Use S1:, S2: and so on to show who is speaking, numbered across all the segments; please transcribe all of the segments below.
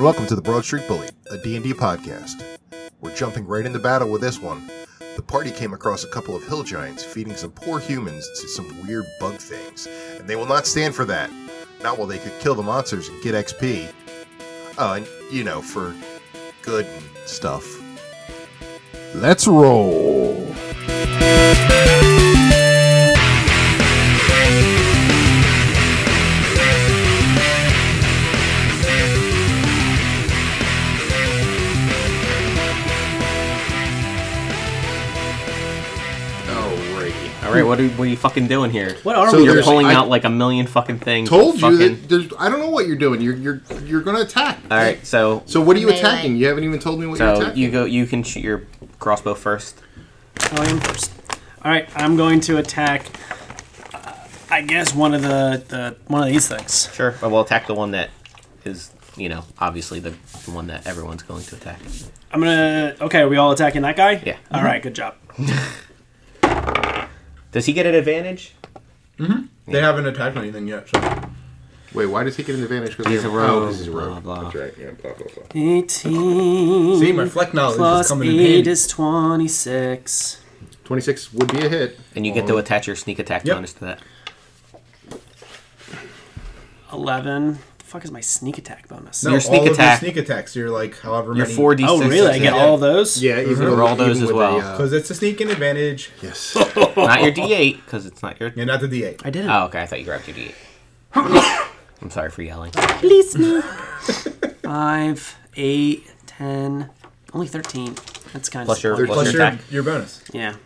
S1: welcome to the Broad Street Bully, a D&D podcast. We're jumping right into battle with this one. The party came across a couple of hill giants feeding some poor humans to some weird bug things, and they will not stand for that. Not while they could kill the monsters and get XP. Uh, and, you know, for good and stuff. Let's roll.
S2: Alrighty. All right, what are, what are you fucking doing here?
S3: What are
S1: So
S3: we?
S2: You're
S1: there's-
S2: pulling
S1: I-
S2: out like a million fucking things.
S1: Told you
S2: fucking...
S1: that there's, I don't know what you're doing. You're you're you're going to attack.
S2: All right, so
S1: So what are you
S4: Melee.
S1: attacking? You haven't even told me what you're
S2: so
S1: attacking.
S2: you go. You can shoot your crossbow first.
S3: Oh, I am first. All right, I'm going to attack. uh, I guess one of the, the one of these things.
S2: Sure. I will attack the one that is, you know, obviously the, the one that everyone's going to attack.
S3: I'm gonna. Okay, are we all attacking that guy?
S2: Yeah.
S3: All right, good job.
S2: Does he get an advantage?
S5: They haven't attacked anything yet. So.
S1: Wait, why does he get an advantage? Because
S2: He's a
S1: Oh,
S2: rogue,
S1: 'cause he's a
S2: blah,
S1: rogue.
S2: blah.
S1: That's right. Yeah, blah, blah, blah.
S3: 18
S5: See, my fleck knowledge is
S3: plus
S5: coming in
S3: eight
S5: handy.
S3: is 26.
S1: 26 would be a hit.
S2: And you get to attach your sneak attack
S5: Yep.
S2: bonus to that.
S3: 11. The fuck is my sneak attack bonus?
S5: no,
S2: your sneak
S5: all
S2: attack.
S5: Of your sneak attacks. You're like however
S2: Your
S5: many.
S2: four d6.
S3: Oh, really? I get all those?
S1: Yeah, even
S2: Roll
S1: with-
S2: those as
S1: with
S2: well.
S1: a, uh,
S5: Because it's a sneak and advantage,
S1: yes.
S2: Not your d8 because it's not your.
S5: and not the D8.
S3: I did it.
S2: Oh, okay. I thought you grabbed your d8. I'm sorry for yelling.
S3: Please me. 5, 8, 10, only 13. That's kind of
S2: Plus your-
S3: disappointing.
S2: Plus
S5: Plus
S2: your
S5: your,
S2: attack.
S5: your bonus.
S3: yeah,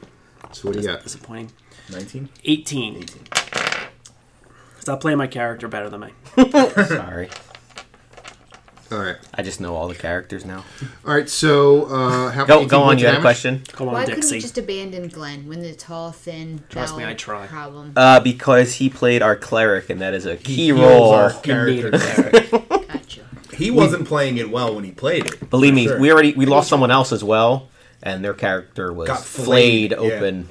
S1: So what do you got?
S3: disappointing.
S5: 19.
S3: 18. Stop playing my character better than me.
S2: sorry.
S1: All right.
S2: I just know all the characters now.
S1: All right, so uh, how
S2: Go
S1: many
S2: go
S1: people
S2: on. You had a
S1: damage?
S2: question.
S3: Come on,
S4: Why couldn't
S3: Dixie.
S4: we just abandon Glenn when the tall, thin,
S3: Trust me,
S4: bowel
S3: I try.
S4: problem?
S2: Uh, because he played our cleric, and that is a key
S5: heals
S2: role.
S5: our
S3: needed
S5: character.
S4: Gotcha.
S5: He wasn't playing it well when he played it.
S2: Believe
S5: for
S2: me,
S5: sure.
S2: we already we lost someone else as well, and their character was
S5: Got
S2: flayed,
S5: flayed, yeah.
S2: open.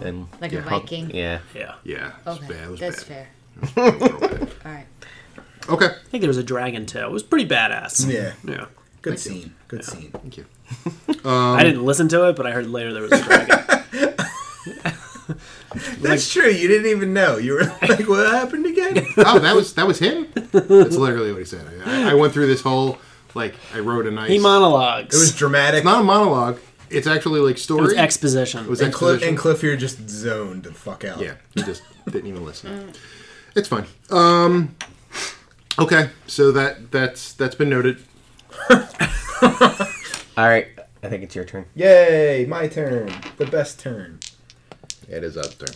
S2: And
S4: Like a
S2: yeah,
S4: Oh. Viking?
S2: Yeah.
S3: Yeah.
S1: Yeah, it was
S4: Okay,
S1: bad. It was
S4: that's
S1: bad.
S4: fair. All right.
S1: Okay.
S3: I think there was a dragon tail. It was pretty badass.
S5: Yeah.
S3: Yeah.
S5: Good scene. Good scene.
S1: Thank you.
S3: I didn't listen to it, but I heard later there was a dragon.
S5: That's true. You didn't even know. You were like, what happened again?
S1: Oh, that was that was him. That's literally what he said. I, I went through this whole like I wrote a nice.
S3: he
S5: it was
S3: monologues.
S5: dramatic.
S1: not a monologue. It's actually like story.
S3: It was exposition.
S1: It was
S5: and, Cliff,
S1: exposition.
S5: and Cliff here just zoned the fuck out.
S1: Yeah, he just didn't even listen. It's fine. Um, okay, so that that's that's been noted.
S2: All right. I think it's your turn.
S5: Yay, my turn. The best turn.
S1: It is up there.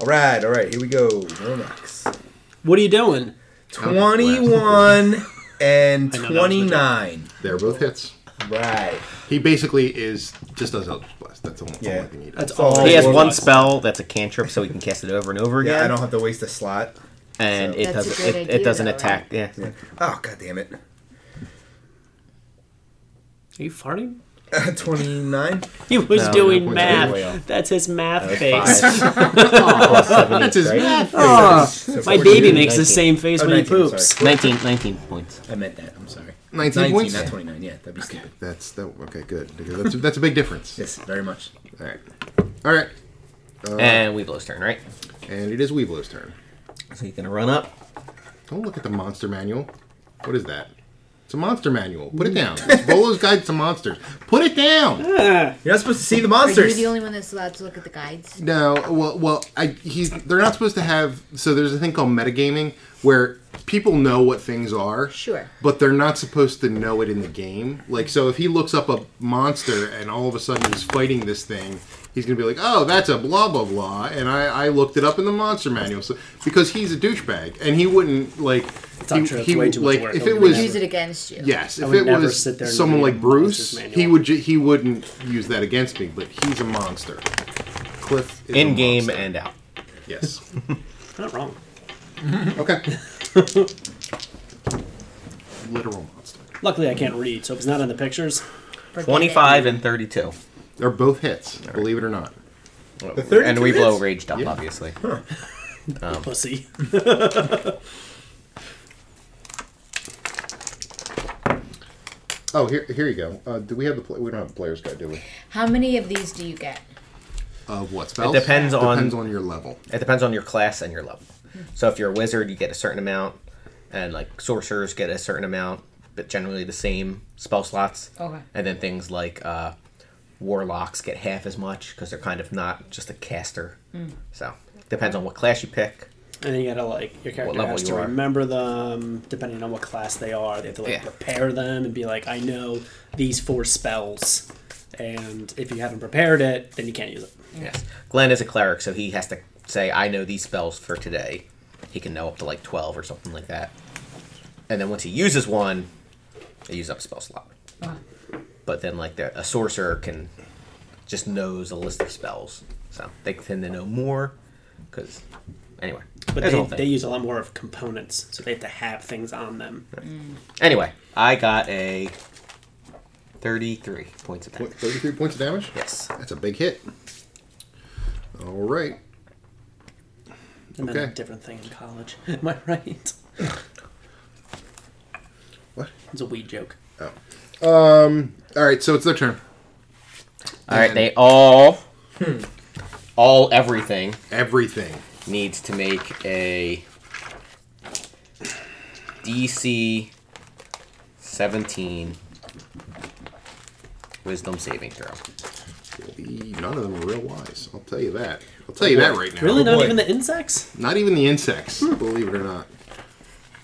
S5: All right, all right, here we go. Ronax.
S3: what are you doing?
S5: 21
S3: I
S5: and
S3: know that was the joke.
S5: 29.
S1: They're both hits.
S5: Right.
S1: He basically is just does Eldritch Blast. That's almost
S5: Yeah.
S1: all I can eat.
S3: That's
S5: all
S3: all.
S2: He
S5: He
S2: has
S5: Warlock.
S2: one spell that's a cantrip, so he can cast it over and over again.
S5: Oh, Yeah, I don't have to waste a slot.
S2: and it
S4: That's a
S2: doesn't.
S4: good
S2: It, it
S4: idea,
S2: doesn't
S4: though,
S2: attack. Yeah.
S5: Oh, god damn it.
S3: Are you farting?
S5: 29.
S3: He was
S2: No,
S3: doing
S2: no,
S3: math.
S2: way off.
S3: That's his math face. Ah,
S2: Five. Plus seven
S1: That's
S2: each,
S1: his
S2: right?
S1: math.
S5: So
S3: My
S5: 14.
S3: baby makes the
S2: 19.
S3: same face
S5: Oh,
S3: when he
S5: 19,
S3: poops.
S5: sorry.
S2: 19, 19 points.
S5: I meant that. I'm sorry.
S1: 19 points?
S5: not 29. Yeah, that'd be stupid.
S1: That's that. Okay, good. Because that's that's a big difference.
S5: Yes, very much.
S1: All right. All right.
S5: Uh,
S2: and Weeblow's turn, right?
S1: And it is Weeblo's turn.
S2: So he's gonna run up.
S1: Don't look at the monster manual. What is that? It's a monster manual. Put it down. It's Volo's Guide to Monsters. Put it down.
S5: You're not supposed to see
S4: Are
S5: the
S4: you
S5: monsters.
S4: the only one that's allowed to look at the guides?
S1: No, well, well, I he's they're not supposed to have. So there's a thing called metagaming where people know what things are.
S4: Sure.
S1: But they're not supposed to know it in the game. Like, so if he looks up a monster and all of a sudden he's fighting this thing, he's gonna be like, "Oh, that's a blah blah blah," and I I looked it up in the monster manual. So because he's a douchebag and he wouldn't like. It's
S3: not true. It's way too much
S1: like
S3: work.
S1: if
S3: I
S1: it
S3: would
S1: was
S3: never
S4: Use it against you.
S1: Yes, if
S3: would
S1: it
S3: never
S1: was
S3: sit there and
S1: someone like
S3: read
S1: Bruce,
S3: Monster's
S1: he
S3: Manual.
S1: would ju- he wouldn't use that against me. But he's a monster. Cliff is a
S2: In game
S1: monster.
S2: and out.
S1: yes.
S3: Not wrong.
S1: Okay. Literal monster.
S3: Luckily, I can't read, so if it's not in the pictures,
S4: Forget it.
S2: 25 and 32.
S1: They're both hits, believe it or not.
S2: The
S5: 32
S2: and Weeblow
S5: hits?
S2: raged up,
S1: Yeah.
S2: obviously.
S3: pussy.
S1: Oh, here, here you go. Uh, do we have the play? We don't have the player's guide, do we?
S4: How many of these do you get?
S6: Of what spells?
S2: depends on-
S6: depends on your level.
S2: It depends on your class and your level. So if you're a wizard, you get a certain amount, and like sorcerers get a certain amount, but generally the same spell slots.
S4: Okay.
S2: And then things like uh, warlocks get half as much because they're kind of not just a caster. So depends on what class you pick.
S3: And then you gotta like your character
S2: level
S3: has
S2: you
S3: to
S2: are.
S3: remember them depending on what class they are. They have to like
S2: Yeah.
S3: prepare them and be like, I know these four spells, and if you haven't prepared it, then you can't use it.
S2: Yes. Glenn is a cleric, so he has to say, "I know these spells for today." He can know up to like twelve or something like that. And then once he uses one, they use up a spell slot. But then, like the, a sorcerer can just knows a list of spells, so they tend to know more. Because anyway,
S3: But
S2: there's a
S3: they,
S2: whole thing.
S3: they use a lot more of components, so they have to have things on them.
S2: anyway, I got a thirty-three points of
S1: What,
S2: damage.
S1: 33 points of damage?
S2: Yes.
S1: That's a big hit. All right.
S3: And then a
S1: Okay.
S3: different thing in college. Am I right?
S1: What?
S3: It's a weed joke.
S1: Oh. Um, All right, so it's their turn.
S2: All right, they all, all everything.
S1: Everything.
S2: needs to make a DC 17 wisdom saving throw.
S1: None of them are real wise. I'll tell you that. I'll tell you that right now.
S3: Really? Not
S2: boy.
S3: even the insects?
S1: Not even the insects, believe it or not.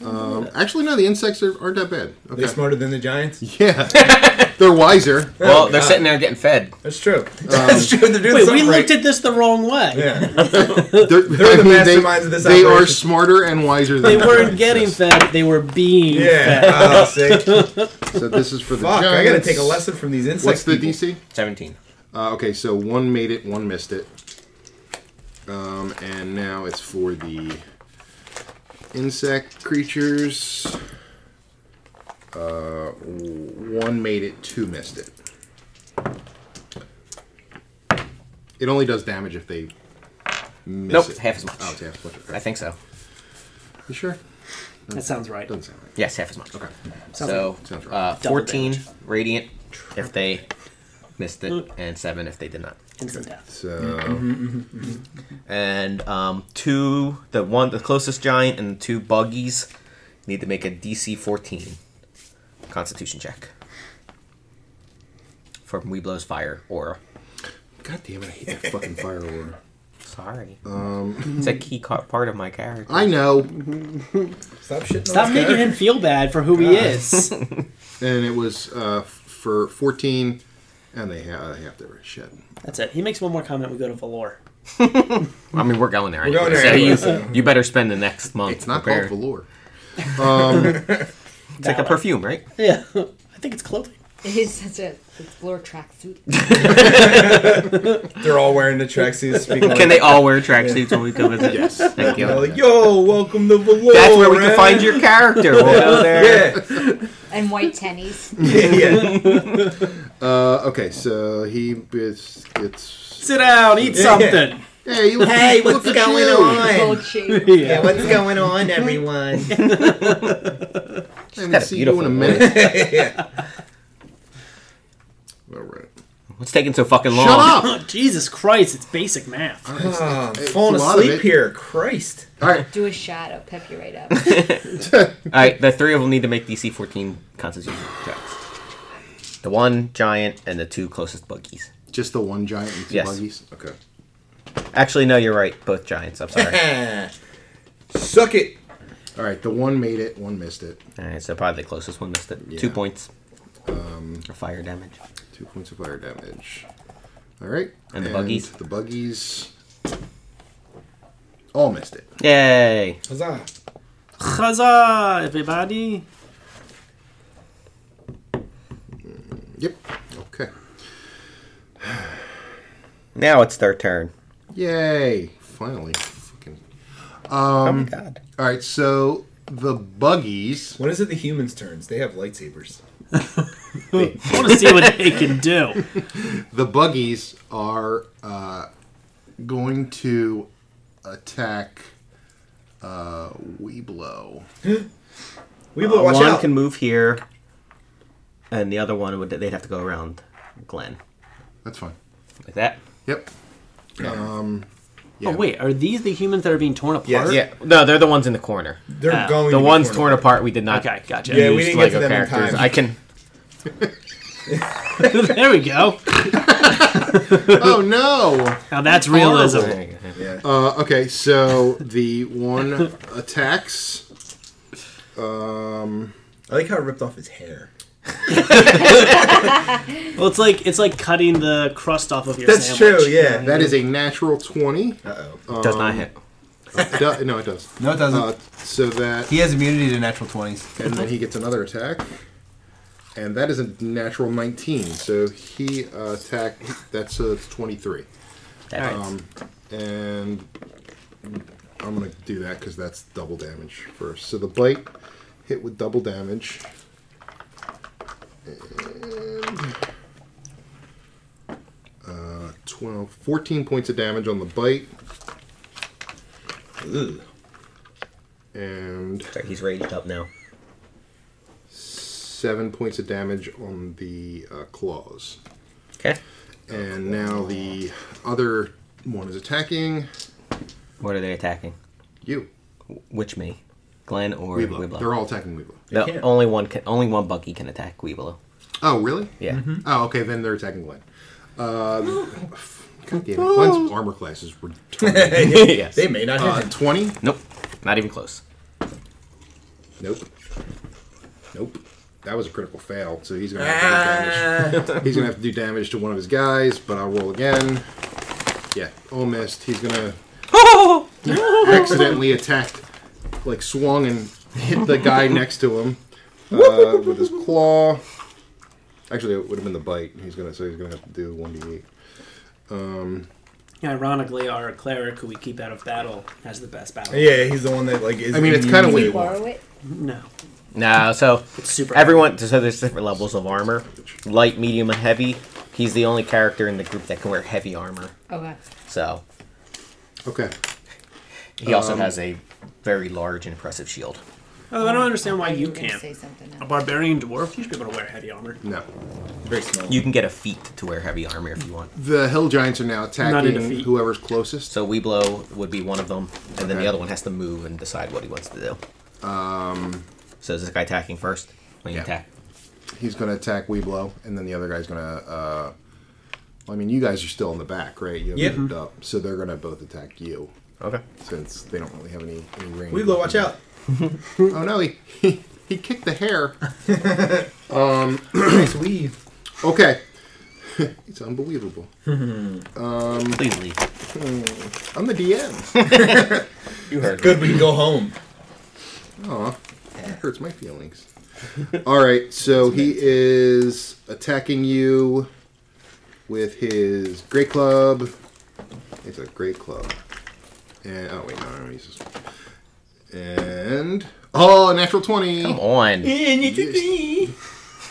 S1: Um, actually, no, the insects are, aren't that bad.
S5: They're
S1: Okay.
S5: smarter than the Giants.
S1: Yeah. They're wiser.
S2: Well, they're
S5: God.
S2: sitting there getting fed.
S5: That's true. That's true. They're doing
S3: Um, Wait, we
S5: something right.
S3: looked at this the wrong way.
S5: Yeah.
S1: They're, I
S5: the
S1: mean, they-
S5: masterminds of this
S1: They are
S5: operation.
S1: smarter and wiser than
S3: They
S1: the
S3: weren't getting
S1: insects.
S3: fed; they were being
S5: Yeah.
S3: fed.
S5: Oh, see? Fuck,
S1: So this is for the Giants.
S5: I gotta take a lesson from these insects.
S1: What's the
S5: people.
S1: DC?
S2: 17.
S1: Uh, okay, so one made it, one missed it. Um, and now it's for the insect creatures. Uh, w- one made it, two missed it. It only does damage if they miss
S2: Nope,
S1: it.
S2: half as much.
S1: Oh, it's half as much. Okay.
S2: I think so.
S1: You sure?
S3: That sounds right.
S1: Doesn't sound right.
S2: Yes, half as much.
S1: Okay.
S2: So,
S1: Sounds right.
S2: uh,
S3: Double
S2: 14
S3: damage. Mm.
S2: radiant if they missed it, and 7 if they did not.
S3: Instant death.
S1: So
S2: Mm-hmm. And um, two, the one, the closest giant, and two buggies need to make a DC 14 Constitution check from Weeblow's fire aura.
S1: God damn it, I hate that fucking fire aura.
S2: Sorry,
S1: Um,
S2: it's a key ca- part of my character.
S1: I know.
S5: Stop shitting
S3: Stop
S5: on this
S3: making
S5: guy.
S3: him feel bad for who he is.
S1: And it was uh, f- for 14, and they ha- half their shit.
S3: That's it. He makes one more comment. We go to Valor.
S2: I mean, we're going there.
S5: We're going
S2: anyway,
S5: there anyway,
S2: so you, you better spend the next month.
S1: It's not
S2: prepared.
S1: called velour.
S2: It's like a perfume, right?
S3: Yeah, I think it's clothing.
S4: It is such a floor tracksuit.
S5: They're all wearing the tracksuits. Speaking
S2: Can
S5: like,
S2: they all wear tracksuits when we go visit? Yes. Thank you.
S5: they're like, yo, welcome to Valor.
S2: That's where we can
S5: man."
S2: find your character. We'll go there.
S5: Yeah.
S4: And white tennies.
S5: yeah.
S1: Uh, okay, so he it's, it's
S3: Sit down, eat something.
S1: hey, you look, look at you.
S4: Gold shape.
S3: Yeah.
S5: what's going on, everyone? Oh,
S1: I haven't
S2: got a
S1: seen you in a
S2: beautiful
S1: minute.
S5: yeah.
S1: All right.
S2: What's taking so fucking long?
S1: Shut up!
S3: Oh, Jesus Christ, it's basic math.
S5: Oh, I'm
S1: It's
S5: falling
S1: a lot of
S5: asleep
S1: it.
S5: here. Christ.
S1: All right.
S4: Do a shadow, pep you right up.
S2: All right, the three of them need to make DC 14 Constitution checks. The one giant and the two closest buggies.
S1: Just the one giant and two
S2: Yes.
S1: buggies. Okay.
S2: Actually, no, you're right. Both giants. I'm sorry.
S5: Ah. Suck it.
S1: All right. The one made it. One missed it.
S2: All right, so probably the closest one missed it. Two
S1: Yeah.
S2: points.
S7: Um,
S2: for fire damage.
S1: Two points of fire damage. All right.
S2: And the buggies?
S1: The buggies. All missed it.
S2: Yay!
S5: Huzzah.
S3: Huzzah, everybody.
S1: Yep. Okay.
S2: Now it's their turn.
S1: Yay! Finally. Fucking.
S2: oh
S7: Um,
S2: my god.
S1: All right. So the buggies.
S5: When is it the humans' turns? They have lightsabers.
S3: I want to see what they can do.
S1: the buggies are uh, going to attack uh, Weeblow.
S5: We will watch
S2: one
S5: out.
S2: can move here. and the other one would they'd have to go around Glenn
S1: That's fine.
S2: like that.
S1: Yep.
S3: Oh wait, are these the humans that are being torn apart?
S5: Yes.
S7: Yeah, no, they're the ones in the corner.
S5: They're
S3: Ah,
S5: going.
S7: The
S5: to be
S7: ones torn apart, we did not.
S3: Okay, gotcha.
S5: Yeah, we
S7: use
S5: didn't get to them in time.
S7: I can.
S3: there we go.
S1: oh no.
S3: Now that's realism.
S1: Uh, okay, so the one attacks. Um,
S5: I like how it ripped off his hair.
S3: Well, it's like it's like cutting the crust off of your
S5: That's
S3: sandwich.
S5: true. Yeah.
S1: that is a natural twenty.
S5: Uh oh.
S2: Does not hit.
S1: Do- no, it does.
S8: No, it doesn't.
S1: Uh, so that
S8: he has immunity to natural 20s.
S1: and then he gets another attack, and that is a natural 19. So he uh, attacked. That's uh, it's 23,
S2: That hits.
S1: and I'm gonna do that because that's double damage first. So the bite hit with double damage. And, uh, 12, 14 points of damage on the bite,
S5: Ooh.
S1: and
S2: Sorry, he's raged up now.
S1: seven points of damage on the uh, claws.
S2: Okay.
S1: And now the other one is attacking
S2: What are they attacking?
S1: you.
S2: Which me, Glenn or
S1: Weeblo.
S2: Weeblo?
S1: They're all attacking Weeblo.
S2: No,
S5: can't.
S2: only one can, only one buggy can attack Weeblo.
S1: Oh, really?
S2: Yeah.
S5: Mm-hmm.
S1: Oh, okay, then they're attacking Glenn. Uh, God damn it. Glenn's armor class is retarded.
S2: yes.
S5: They may not hit
S1: Uh,
S5: him.
S1: 20?
S2: Nope. Not even close.
S1: Nope. Nope. That was a critical fail, so he's
S5: ah. Oh
S1: going to have to do damage. He's going to have to do damage to one of his guys, but I'll roll again. Yeah, all missed. He's going to accidentally attacked, like swung and hit the guy next to him uh, with his claw. Actually, it would have been the bite. He's gonna so he's gonna have to do one d eight.
S3: Ironically, our cleric who we keep out of battle has the best battle.
S5: Yeah, he's the one that like is.
S1: I mean, it's kind of
S4: Can we
S1: weird.
S4: borrow it?
S3: No.
S7: No, so
S3: super
S7: everyone. So there's different levels of armor: light, medium, and heavy. He's the only character in the group that can wear heavy armor.
S4: Okay.
S7: So
S1: Okay,
S7: he
S5: Um,
S7: also has a very large and impressive shield.
S3: Although Oh, I don't understand why
S4: Oh, You
S3: you
S4: were gonna
S3: can't.
S4: say something
S3: A
S4: else.
S3: barbarian dwarf, you should be able to wear heavy armor.
S1: no.
S5: very small.
S7: You can get a feat to wear heavy armor if you want.
S1: The hill giants are now
S3: Not in
S1: attacking
S3: defeat.
S1: whoever's closest.
S7: So Weeblo would be one of them, and then
S1: Okay.
S7: the other one has to move and decide what he wants to do. Um. So is this guy attacking first? When you
S1: Um, Yeah.
S7: attack,
S1: He's gonna attack Weeblo, and then the other guy's gonna. Uh, well, I mean, you guys are still in the back, right? You
S5: Yeah.
S1: haven't moved up, so they're gonna both attack you
S7: okay.
S1: since they don't really have any any range.
S5: Weeblo, watch out.
S1: Oh no, he he, he kicked the hair.
S5: Nice weave.
S1: Okay. it's unbelievable.
S7: Please leave.
S1: I'm the DM.
S7: You heard.
S5: Good, we can go home.
S1: Aw. That hurts my feelings. All right, so he is attacking you with his great club. It's a great club. And oh wait, no, no, he's just and oh, a natural twenty.
S7: Come on.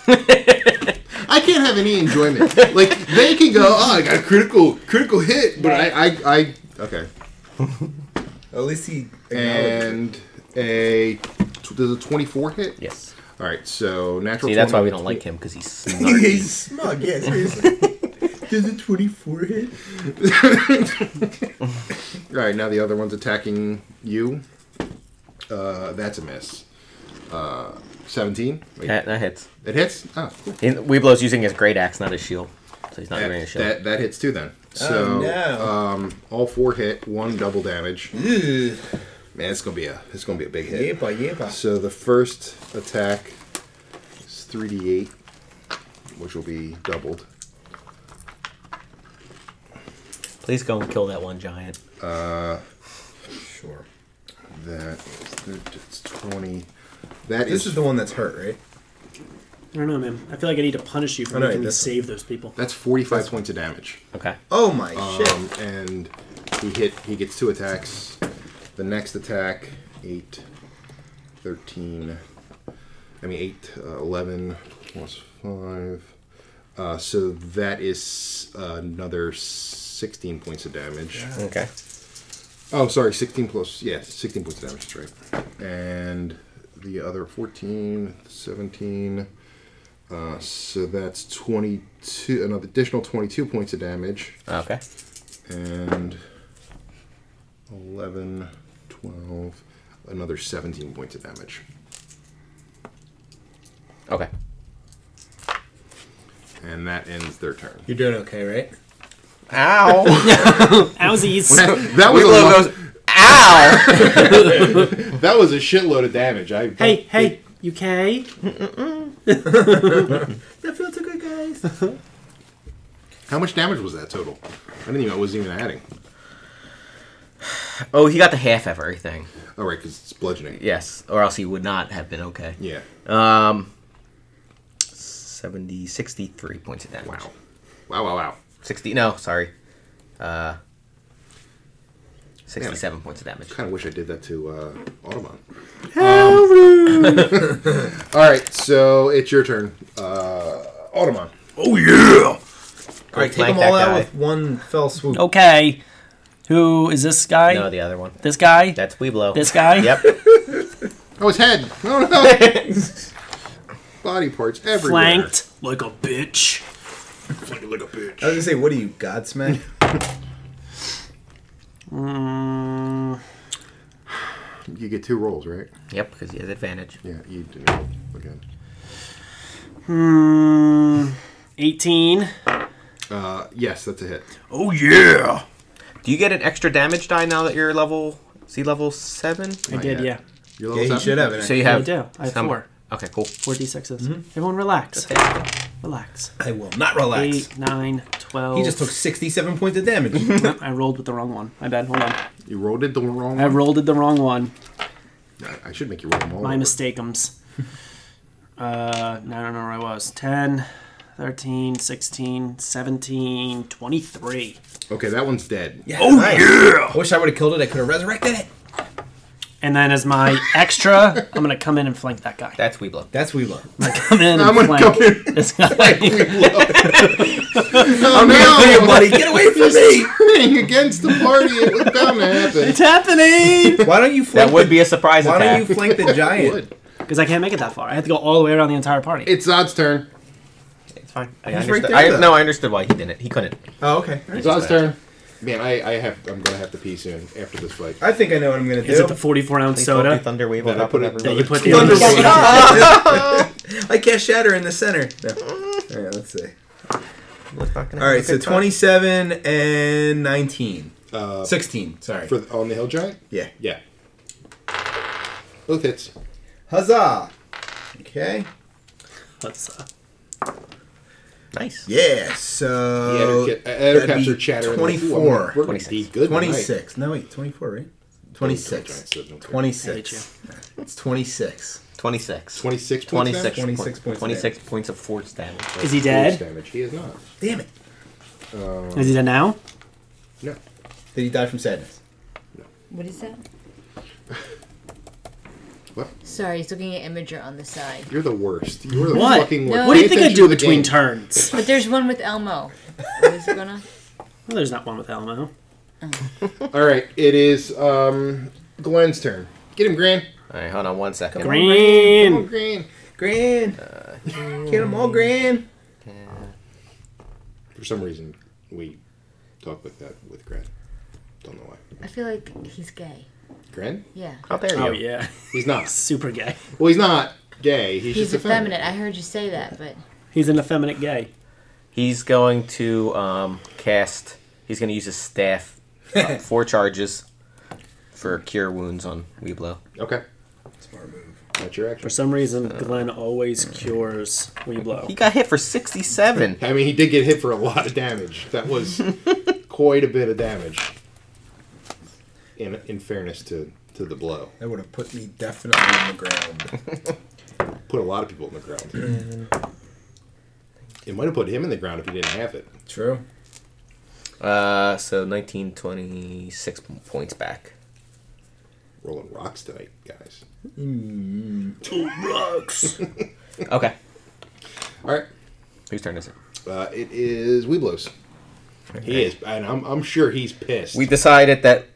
S1: I can't have any enjoyment. like they can go, oh, I got a critical critical hit, but I, I, I okay.
S5: At least he
S1: and
S5: acknowledged
S1: a tw- does a 24 hit?
S7: Yes.
S1: All right, so natural.
S7: See, that's why we
S1: 20
S7: don't like him because he's
S5: it.
S7: snarky.
S5: He's smug, yeah, seriously. Does a 24 hit?
S1: All right, now the other one's attacking you. Uh, that's a miss. Uh, 17. Wait,
S7: that, that hits.
S1: It hits. Oh, cool.
S7: He- Weeblo's using his great axe, not his shield, so he's not wearing a
S1: That,
S7: shield.
S1: that that hits too then. So
S5: oh, no.
S1: all four hit, one double damage.
S5: Ugh.
S1: Man, it's gonna be a it's gonna be a big hit.
S5: Yepa, yepa.
S1: So the first attack is 3d8, which will be doubled.
S2: Please go and kill that one giant.
S5: Sure.
S1: That is th- it's 20. That
S5: This is the one that's hurt, right?
S3: I don't know, man. I feel like I need to punish you for
S5: I know,
S3: making me
S5: that's-
S3: save those people.
S1: That's 45 points of damage.
S2: Okay.
S5: Oh my
S1: Um, and he hit. He gets two attacks. The next attack, 8, 13. I mean, 8, uh, 11, plus 5. Uh, so that is uh, another 16 points of damage.
S2: Okay.
S1: Oh, sorry, 16 plus. Yeah, 16 points of damage, that's right. And the other 14, 17. Uh, so that's 22, an additional 22 points of damage.
S2: Okay.
S1: And 11, 12, another 17 points of damage.
S2: Okay.
S1: And that ends their turn.
S5: You're doing okay, right?
S7: Ow!
S3: Owsies.
S1: That was, a
S7: Willow
S1: lot-
S7: goes, ow!
S1: that was a shitload of damage. I
S3: hey, hey, you okay?
S5: That feels okay, guys.
S1: How much damage was that total? I didn't even. I wasn't even adding.
S2: Oh, he got the half of everything.
S1: All Oh, right, because it's bludgeoning.
S2: Yes, or else he would not have been okay.
S1: Yeah.
S2: Um, 70, 63 points of damage.
S1: Wow. Wow. Wow. Wow.
S2: 60, no, sorry. Uh, 67 points of damage.
S1: Kind of wish I did that to uh, Audubon. Um, All right, so it's your turn, uh, Audubon.
S5: Oh yeah.
S7: All right,
S5: Take them all out with one fell swoop.
S3: Okay. Who is this guy?
S7: No, the other one.
S3: this guy?
S7: That's Weeblo.
S3: This guy?
S7: Yep.
S1: Oh, his head. Oh no. Body parts everywhere.
S3: Flanked like a bitch.
S1: Flanked like a bitch.
S5: I was gonna say, what are you, Godsmack?
S1: You get two rolls, right?
S2: Yep, because he has advantage.
S1: Yeah, you do. Again.
S3: Hmm. 18.
S1: Uh, yes, that's a hit.
S5: oh yeah.
S7: Do you get an extra damage die now that you're level C level seven?
S3: I did,
S1: yet.
S3: yeah.
S1: You're
S5: Yeah,
S1: level
S5: he
S1: seven?
S5: should have.
S2: So
S5: it.
S2: you
S3: Yeah,
S2: have.
S3: I do. I have
S2: some-
S3: four.
S2: Okay, cool.
S3: Four D6s.
S5: Mm-hmm.
S3: Everyone relax. Relax.
S5: I will not relax.
S3: Eight, nine, twelve.
S5: He just took 67 points of damage.
S3: Nope, I rolled with the wrong one. My bad. Hold on.
S1: You rolled it the wrong.
S3: I rolled it the wrong one.
S1: I, I should make you roll them all.
S3: My
S1: over.
S3: mistakeums. Uh, now I don't know where I was. 10, 13, 16, 17, 23.
S1: Okay, that one's dead.
S5: Yeah, oh yeah. I wish I would have killed it. I could have resurrected it.
S3: And then as my extra, I'm going to come in and flank that guy.
S7: That's Weeblo.
S5: That's Weeblo.
S3: I'm going to come in and
S1: I'm gonna
S3: flank
S1: come in.
S3: this guy.
S1: Oh no!
S5: buddy, get away from me!
S1: Running against the party, it was bound to happen.
S3: it's happening!
S5: Why don't you flank?
S7: That would
S5: the,
S7: be a surprise
S5: Why
S7: attack.
S5: don't you flank the
S1: It
S5: giant?
S1: would.
S3: Because I can't make it that far. I have to go all the way around the entire party.
S1: It's Zod's turn.
S7: It's fine. I
S5: He's right
S7: understood.
S5: there,
S7: I-
S5: though.
S7: no, I understood why he didn't. He couldn't.
S5: oh, okay.
S1: Zod's turn. Man, I, I have I'm gonna have to pee soon after this fight.
S5: I think I know what I'm gonna do.
S3: Is it the 44 ounce
S7: Don't
S3: soda?
S7: do Thunder Weevil.
S1: Then I
S7: drop
S1: put it-
S7: whatever.
S3: That you put
S5: Thunder
S3: in.
S5: Wave. I cast Shatter in the center. No. All right, let's see.
S7: Look back in it.
S5: All right, so
S7: Okay, fine.
S5: 27 and 19.
S1: Uh,
S5: 16, sorry.
S1: For on the hill giant.
S5: yeah.
S1: Yeah. Both hits.
S5: Huzzah! Okay.
S3: Let's, uh,
S7: Nice.
S5: Yeah,
S1: The
S5: so.
S1: other kid- uh, other
S5: that'd
S1: cats
S5: be
S1: are chattering. like, "Ooh, I'm gonna-
S5: 24.
S1: we're gonna be good tonight."
S5: 26. No, wait, 24, right? 26.
S1: Giants, so don't care.
S5: 26. It's 26.
S2: 26.
S1: 26 points
S2: 26,
S1: damage?
S5: 26
S2: point-
S5: points of
S2: 26 points of force damage.
S3: is he
S1: Force
S3: dead?
S1: damage. He is not.
S5: Damn it.
S3: Is he dead now?
S1: No.
S5: Did he die from sadness?
S4: What is that?
S1: What?
S4: Sorry, he's looking at Imager on the side.
S1: You're the worst. You're the
S3: What?
S1: fucking worst.
S4: No.
S3: What do
S1: Pay
S3: you think I
S1: attention
S3: do
S1: to the
S3: between
S1: game.
S3: turns?
S4: But there's one with Elmo. What is it gonna?
S3: Well, there's not one with Elmo.
S1: All right, it is um, Glenn's turn. Get him, Gran.
S7: All right, hold on one second.
S1: Come on,
S3: Green.
S1: Gran.
S5: Grand!
S2: Uh,
S5: Get them
S2: hmm.
S5: all, Grand!
S1: For some reason, we talk like that with Gran. Don't know why.
S4: I feel like he's gay.
S1: Gran?
S4: Yeah.
S7: How dare you?
S3: Oh yeah,
S1: He's not.
S3: super gay.
S1: Well, he's not gay. He's,
S4: He's
S1: just effeminate.
S4: effeminate. I heard you say that, but
S3: He's an effeminate gay.
S2: He's going to um, cast. He's going to use his staff. uh, four charges for cure wounds on Weeblo.
S1: Okay. That's your action.
S3: For some reason, Glenn always
S1: mm.
S3: cures
S2: He
S3: Weeblo.
S2: got hit for 67.
S1: I mean, he did get hit for a lot of damage. That was quite a bit of damage. In, in fairness to, to the blow,
S5: That would have put me definitely on the ground.
S1: put a lot of people in the ground. It might have put him in the ground if he didn't have it.
S5: True.
S2: Uh, so 19, 26 points back.
S1: Rolling rocks tonight, guys.
S2: Okay.
S1: All right,
S2: Whose turn is it?
S1: uh, it is Weeblos. He is, and I'm, I'm sure he's pissed.
S2: We decided that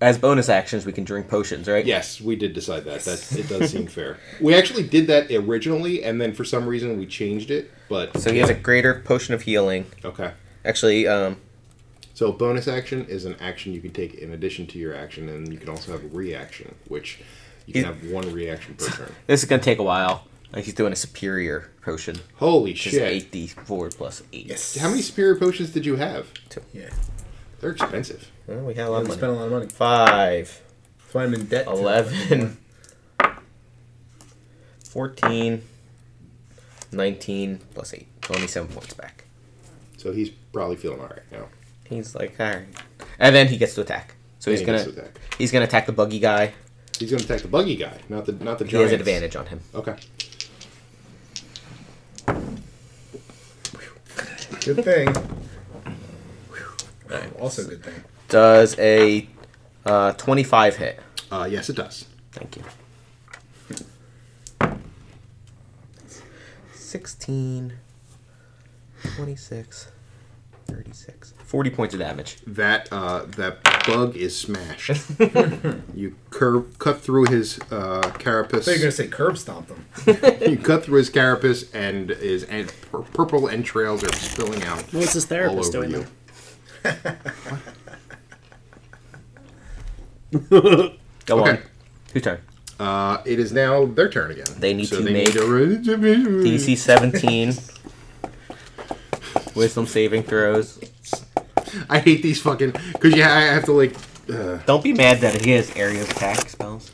S2: as bonus actions, we can drink potions, right?
S1: Yes, we did decide that. That it does seem fair. We actually did that originally, and then for some reason we changed it. But
S2: So he has a greater potion of healing.
S1: okay.
S2: Actually, um,
S1: So bonus action is an action you can take in addition to your action, and you can also have a reaction, which you can
S2: He-
S1: have one reaction per turn.
S2: this is gonna take a while. Like he's doing a superior potion.
S1: Holy
S2: Which is
S1: shit!
S2: eight D four plus eight.
S5: Yes.
S1: How many spirit potions did you have?
S5: Yeah.
S1: They're expensive.
S2: Well, we had a lot
S5: I
S2: of money.
S5: spent a lot of money.
S2: Five.
S5: That's why I'm in debt. to-
S2: 11, 14, 19, plus 8. So only 7 points back.
S1: So he's probably feeling all right now.
S2: He's like, alright. And then he gets to attack. So he's
S1: And he
S2: gonna
S1: gets to attack.
S2: he's gonna attack the buggy guy.
S1: He's going to attack the buggy guy, not the not the.
S2: He has
S1: giants.
S2: an advantage on him.
S1: Okay.
S5: Good thing. Also, good thing.
S2: Does a uh, 25 hit.
S1: Uh, yes, it does.
S2: Thank you. 16, 26, 36. 40 points of damage.
S1: That uh, that bug is smashed. you curve cut through his uh, carapace.
S5: So you're gonna say curb stomp them?
S1: you cut through his carapace, and his en- pur- purple entrails are spilling out
S3: What's his
S1: all
S3: therapist
S1: over
S3: doing?
S1: you.
S3: now?
S2: Go
S1: Okay.
S2: on. Who turn?
S1: Uh, it is now their turn again.
S2: They need to
S1: need
S2: make
S1: a-
S2: DC 17. Wisdom saving throws.
S1: I hate these fucking because yeah, I have to like. Uh,
S2: Don't be mad that he has area of attack spells.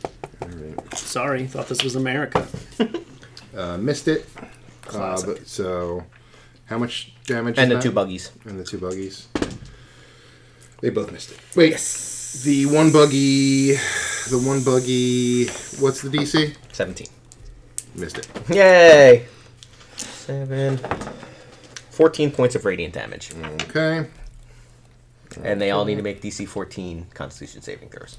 S3: Sorry, thought this was America.
S1: uh, missed it. Uh,
S2: Classic.
S1: but, so, how much damage?
S2: And the
S1: is
S2: two
S1: that?
S2: buggies.
S1: And the two buggies. They both missed it. Wait, the one buggy, the one buggy. What's the DC?
S2: 17.
S1: Missed it.
S2: Yay! 7. 14 points of radiant damage.
S1: Okay.
S2: And they all need to make DC 14 constitution saving throws.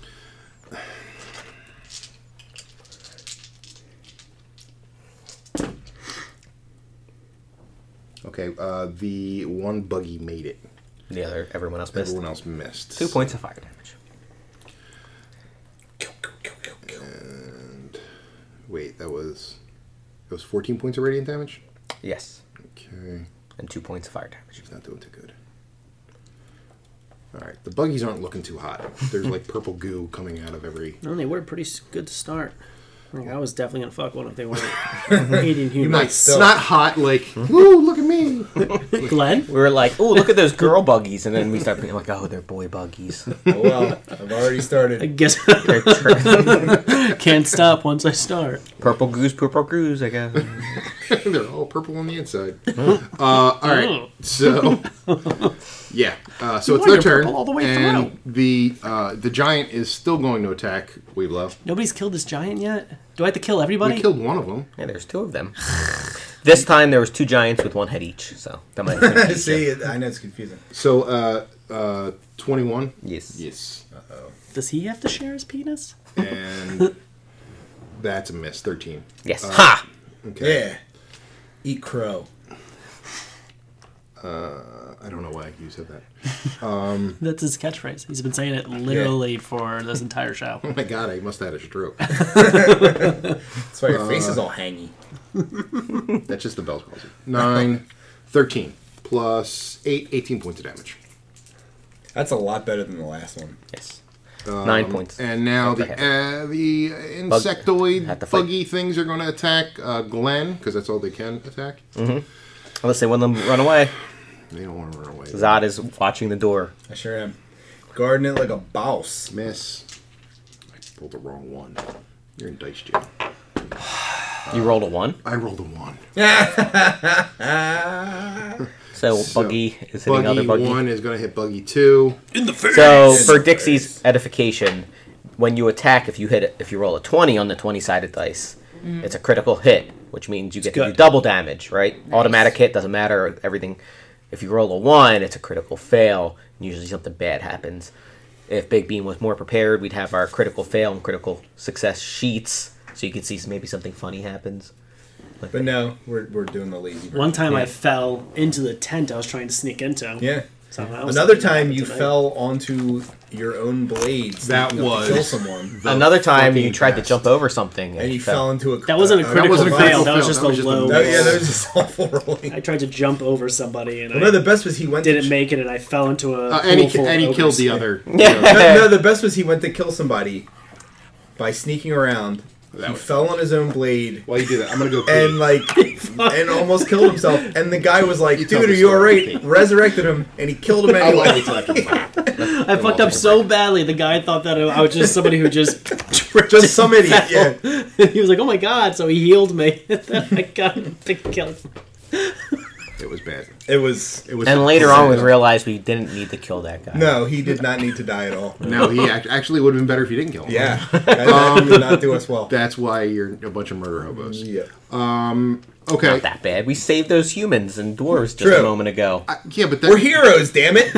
S1: Okay. Uh, the one buggy made it.
S2: The other, everyone else missed.
S1: Everyone else missed.
S2: Two points of fire damage.
S1: And wait, that was that was 14 points of radiant damage.
S2: Yes.
S1: Okay.
S2: And two points of fire damage.
S1: He's not doing too good. All right, the buggies aren't looking too hot. There's like purple goo coming out of every.
S3: No, they were pretty s- good to start. Like, I was definitely gonna fuck one if they weren't eating humans.
S1: It's not hot like, woo, look at me.
S3: Glenn,
S2: We were like, ooh, look at those girl buggies. And then we start being like, oh, they're boy buggies.
S5: Oh well, I've already
S3: I
S5: started.
S3: guess
S2: They're tra-
S3: can't stop once I start.
S2: purple goose, purple goose, I guess.
S1: They're all purple on the inside. Uh, all right,
S3: Hmm.
S1: so yeah, uh, so it's
S3: wonder
S1: their turn,
S3: purple all the way
S1: and the uh, the giant is still going to attack Weeblo.
S3: Nobody's killed this giant yet. Do I have to kill
S1: We
S3: everybody?
S1: killed one of them.
S2: Yeah, there's two of them. this time there was two giants with one head each, so that might have been
S5: See, I know it's confusing.
S1: So uh, uh, twenty one.
S2: Yes.
S1: Yes,
S3: Does he have to share his penis?
S1: and that's a miss. Thirteen.
S2: Yes. ha!
S1: Okay.
S5: Yeah. Eat crow.
S1: I don't know why you said that.
S3: That's his catchphrase. He's been saying it literally for this entire show.
S1: Oh my god, I must have had a stroke.
S5: That's why your face is all hangy.
S1: That's just the Bell's palsy. 9, 13, plus 8, 18 points of damage.
S5: That's a lot better than the last one.
S2: Yes. Nine points.
S1: And now the
S2: Okay.
S1: uh, the insectoid
S2: Had to fight.
S1: buggy things are going to attack uh, Glenn, because that's all they can attack.
S2: Mm. Unless they one of them run away.
S1: They don't want to run away.
S2: Zod is watching the door.
S5: I sure am. Guarding it like a boss.
S1: Miss. I pulled the wrong one. You're in dice jail.
S2: You rolled a one,
S1: I rolled a 1.
S2: so,
S1: So,
S2: Buggy is hitting
S1: Buggy,
S2: other Buggy.
S1: 1 is going to hit Buggy 2.
S2: So for Dixie's edification, when you attack, if you hit, if you roll a twenty on the twenty-sided dice, it's a critical hit, which means you get to do
S3: good.
S2: double damage. Right? Automatic hit doesn't matter. Everything. If you roll a one, it's a critical fail. and Usually something bad happens. If Big Bean was more prepared, we'd have our critical fail and critical success sheets, so you could see maybe something funny happens.
S5: But no, we're, we're doing the lazy. version.
S3: One time I
S2: Yeah.
S3: fell into the tent I was trying to sneak into.
S5: Yeah.
S3: Somehow.
S5: Another time you fell onto your own blades.
S8: That
S5: thinking of to kill
S8: was-
S5: someone,
S2: Another time you
S8: fucking
S2: tried to
S8: best.
S2: jump over something and,
S5: and you
S2: fell.
S5: fell into a.
S3: That wasn't a
S5: uh,
S3: critical
S1: wasn't a
S3: fail.
S1: critical
S3: that was
S1: fail.
S3: just
S1: That
S3: a
S1: was just a
S3: low.
S5: That,
S3: roll.
S5: yeah, that was just awful rolling.
S3: I tried to jump over somebody and
S5: Well, no,
S3: I
S5: the best was he went.
S3: didn't
S5: to,
S3: make it, and I fell into a.
S1: Uh, and,
S3: pool
S1: he,
S3: full of
S1: and he
S3: ogres.
S1: killed the other.
S5: no, no, the best was he went to kill somebody by sneaking around. he fell on his own blade
S1: While you do that, I'm gonna go. Pee.
S5: and like and almost killed himself. And the guy was like,
S1: tell
S5: "Dude,
S1: the
S5: are you all
S1: story.
S5: right?" Resurrected him, and he killed him
S1: I love
S5: anyway.
S1: you talking about it.
S3: I fucked up so badly. The guy thought that I was just somebody who just
S5: Just some idiot. Yeah.
S3: he was like, "Oh my god!" So he healed me. Then I got him to kill.
S1: It was bad.
S5: It was. It was.
S2: And later on, we realized we didn't need to kill that guy.
S5: No, he did not need to die at all.
S1: No, he act- actually would have been better if you didn't kill him.
S5: Yeah, that, that did not do us well.
S1: That's why you're a bunch of murder hobos.
S5: Yeah.
S1: Okay.
S2: Not that bad. We saved those humans and dwarves just
S5: True.
S2: a moment ago.
S1: Yeah, but that,
S5: We're heroes, damn it!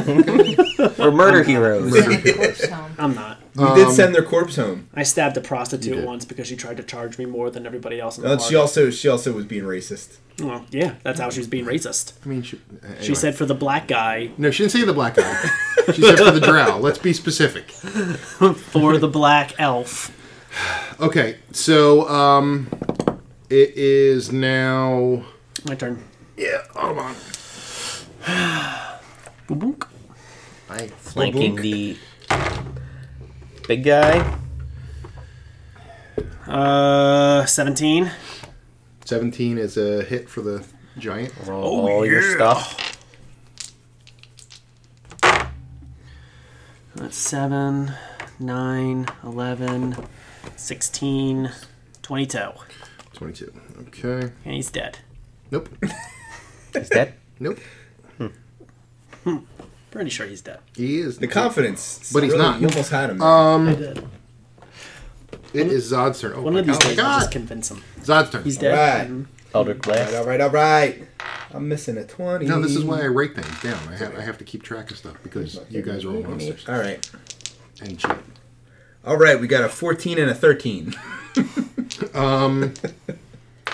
S2: We're murder heroes.
S4: Corpse home.
S3: I'm not.
S5: We did send their corpse home.
S3: I stabbed a prostitute
S1: did.
S3: once because she tried to charge me more than everybody else in the
S5: Uh,
S3: party.
S5: she also she also was being racist.
S3: Well, yeah, that's how she was being racist.
S1: I mean, she, anyway.
S3: She said for the black guy,
S1: no. She didn't say the black guy. she said for the drow. Let's be specific.
S3: for the black elf.
S1: Okay, so um, it is now.
S3: My turn.
S1: Yeah, Audubon.
S3: Boonk.
S2: I flanking the big guy.
S3: Uh, seventeen.
S1: Seventeen is a hit for the giant.
S2: Roll
S5: Oh,
S2: all your stuff.
S3: That's seven, nine, eleven, sixteen, twenty-two.
S1: Twenty-two. Okay.
S3: And he's dead.
S1: Nope.
S2: Is that
S1: Nope.
S3: Pretty sure he's dead.
S1: He is.
S5: The confidence,
S1: But he's not.
S5: You almost had him.
S3: I
S1: Um,
S3: did.
S1: it is Zod's turn. Oh
S3: One
S1: my
S3: of these
S1: god!
S3: days, I'll
S1: my
S3: just
S1: God.
S3: convince him.
S1: Zod's turn.
S3: He's
S5: all
S3: dead.
S5: right,
S2: Elder
S5: all right, all
S2: Glass?
S5: right, all right. I'm missing a twenty.
S1: No, this is why I write things down. I have I have to keep track of stuff because you guys are all monsters
S5: All right,
S1: and shit.
S5: all right. We got a fourteen and a thirteen.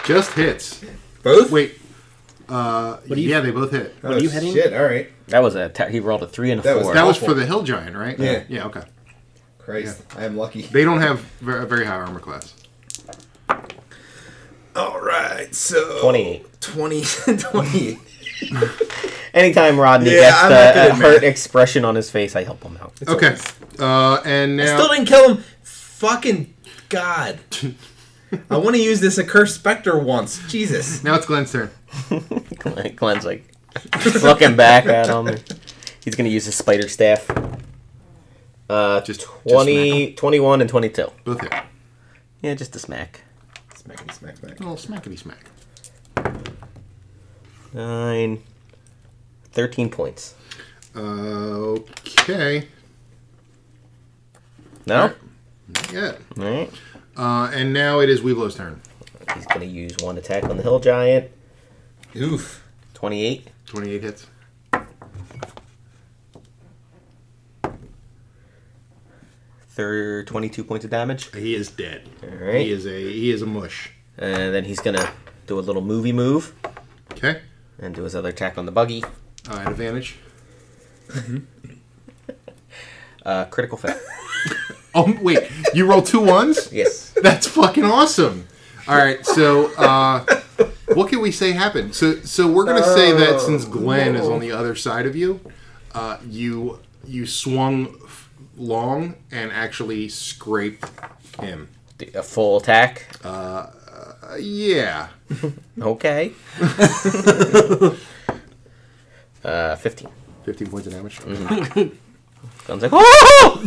S1: Just hits.
S5: Both.
S1: Wait. Uh,
S3: do you-
S1: yeah, they both hit.
S5: Oh,
S3: are you hitting?
S5: Shit. All right.
S2: That was a. Ta- he rolled a three and a
S5: That was-
S2: four.
S1: That was
S5: awful.
S1: for the hill giant, right?
S5: Yeah.
S1: Yeah. Okay.
S5: Christ, I am lucky.
S1: They don't have ver- a very high armor class.
S5: All right. So
S2: 28.
S5: 20, 20.
S2: Anytime Rodney
S5: Yeah,
S2: gets
S5: I'm
S2: the
S5: not good
S2: a
S5: at
S2: hurt
S5: math.
S2: expression on his face, I help him out.
S1: Okay. Uh, and now
S5: Still didn't kill him. Fucking god. I want to use this accursed specter once. Jesus.
S1: now it's Glenn's turn.
S2: Glenn- Glenn's like looking back at him. He's gonna use his spider staff. Uh,
S1: Just- just
S2: 20, 21, and 22.
S1: Both hit. A
S2: Yeah, just a smack.
S5: Smackety smack smack.
S1: little smackety smack.
S2: Nine. 13 points.
S1: Uh, okay.
S2: No?
S1: Yeah.
S2: Alright.
S1: Uh, and now it is Weeblo's turn.
S2: He's gonna use one attack on the hill giant.
S5: Oof.
S2: 28.
S1: Twenty-eight hits.
S2: Thir- 22 points of damage.
S1: He is dead.
S2: Alright.
S1: He is a he is a mush.
S2: And then he's gonna do a little movie move
S1: Okay.
S2: and do his other attack on the buggy.
S1: Uh, at advantage.
S2: Uh, critical fail.
S1: Oh wait, you roll two ones.
S2: yes.
S1: That's fucking awesome. All right, so uh, what can we say happened? So, so we're gonna say
S2: Oh.
S1: that since Glenn is on the other side of you, uh, you you swung f- long and actually scraped him.
S2: A full attack.
S1: Uh, yeah,
S2: Okay. uh, 15.
S1: fifteen points of damage.
S2: Gun's like, oh!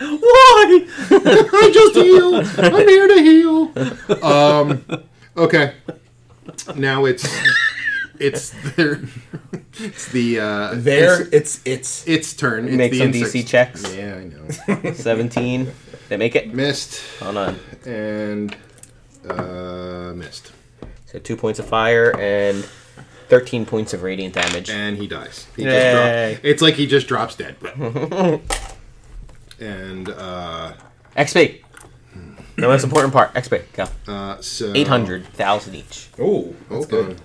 S3: Why?
S1: I just heal. I'm here to heal. Um, okay. Now it's it's their it's the uh,
S5: There,
S1: it's,
S5: it's it's.
S1: its turn. It's
S2: Make
S1: the
S2: some
S1: insect's-
S2: DC checks.
S1: Yeah, I know.
S2: 17. They make it.
S1: Missed
S2: Oh, no.
S1: and uh, missed,
S2: So two points of fire and 13 points of radiant damage.
S1: and he dies. He
S2: Yay.
S1: Just drop, it's like he just drops dead. and uh,
S2: XP. The Oh. most important part. XP. Go.
S1: uh, so
S2: 800,000 each.
S5: Oh,
S1: Hold
S5: that's good.
S1: on.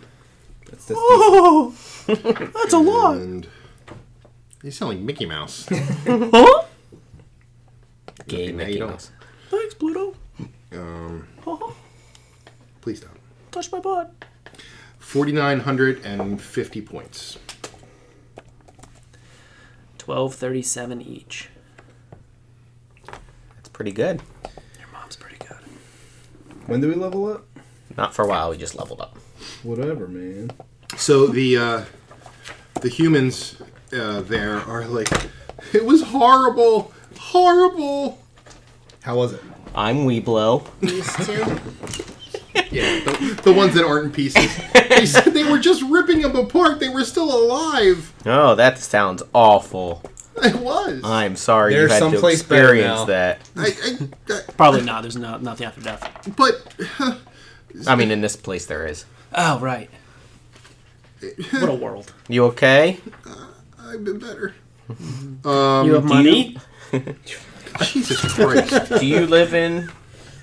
S5: That's, that's decent.
S3: That's a lot.
S1: And you sound like Mickey Mouse.
S3: Huh?
S2: Gay
S1: Okay, now
S2: Mickey
S1: you don't.
S2: Mouse.
S3: Thanks, Pluto.
S1: Um,
S3: Huh?
S1: please stop.
S3: Touch my butt.
S1: Forty nine hundred and fifty points.
S3: Twelve thirty-seven each.
S2: That's pretty good.
S3: Your mom's pretty good.
S5: When do we level up?
S2: Not for a while. We just leveled up.
S5: Whatever, man.
S1: So the uh, the humans uh, there are like, it was horrible, horrible.
S5: How was it?
S2: I'm Weeblo.
S4: These two.
S1: Yeah, the, the ones that aren't in pieces. They said they were just ripping them apart. They were still alive.
S2: Oh, that sounds awful.
S1: It was. I,
S2: I'm sorry
S5: There's
S2: you had to
S5: someplace better now.
S2: experience that.
S1: I, I-
S3: Probably not. There's no nothing after death.
S1: but
S2: I mean, in this place there is.
S3: Oh right. What a world.
S2: You okay?
S1: I've been better. Um,
S3: you have money.
S1: Jesus Christ.
S2: Do you live in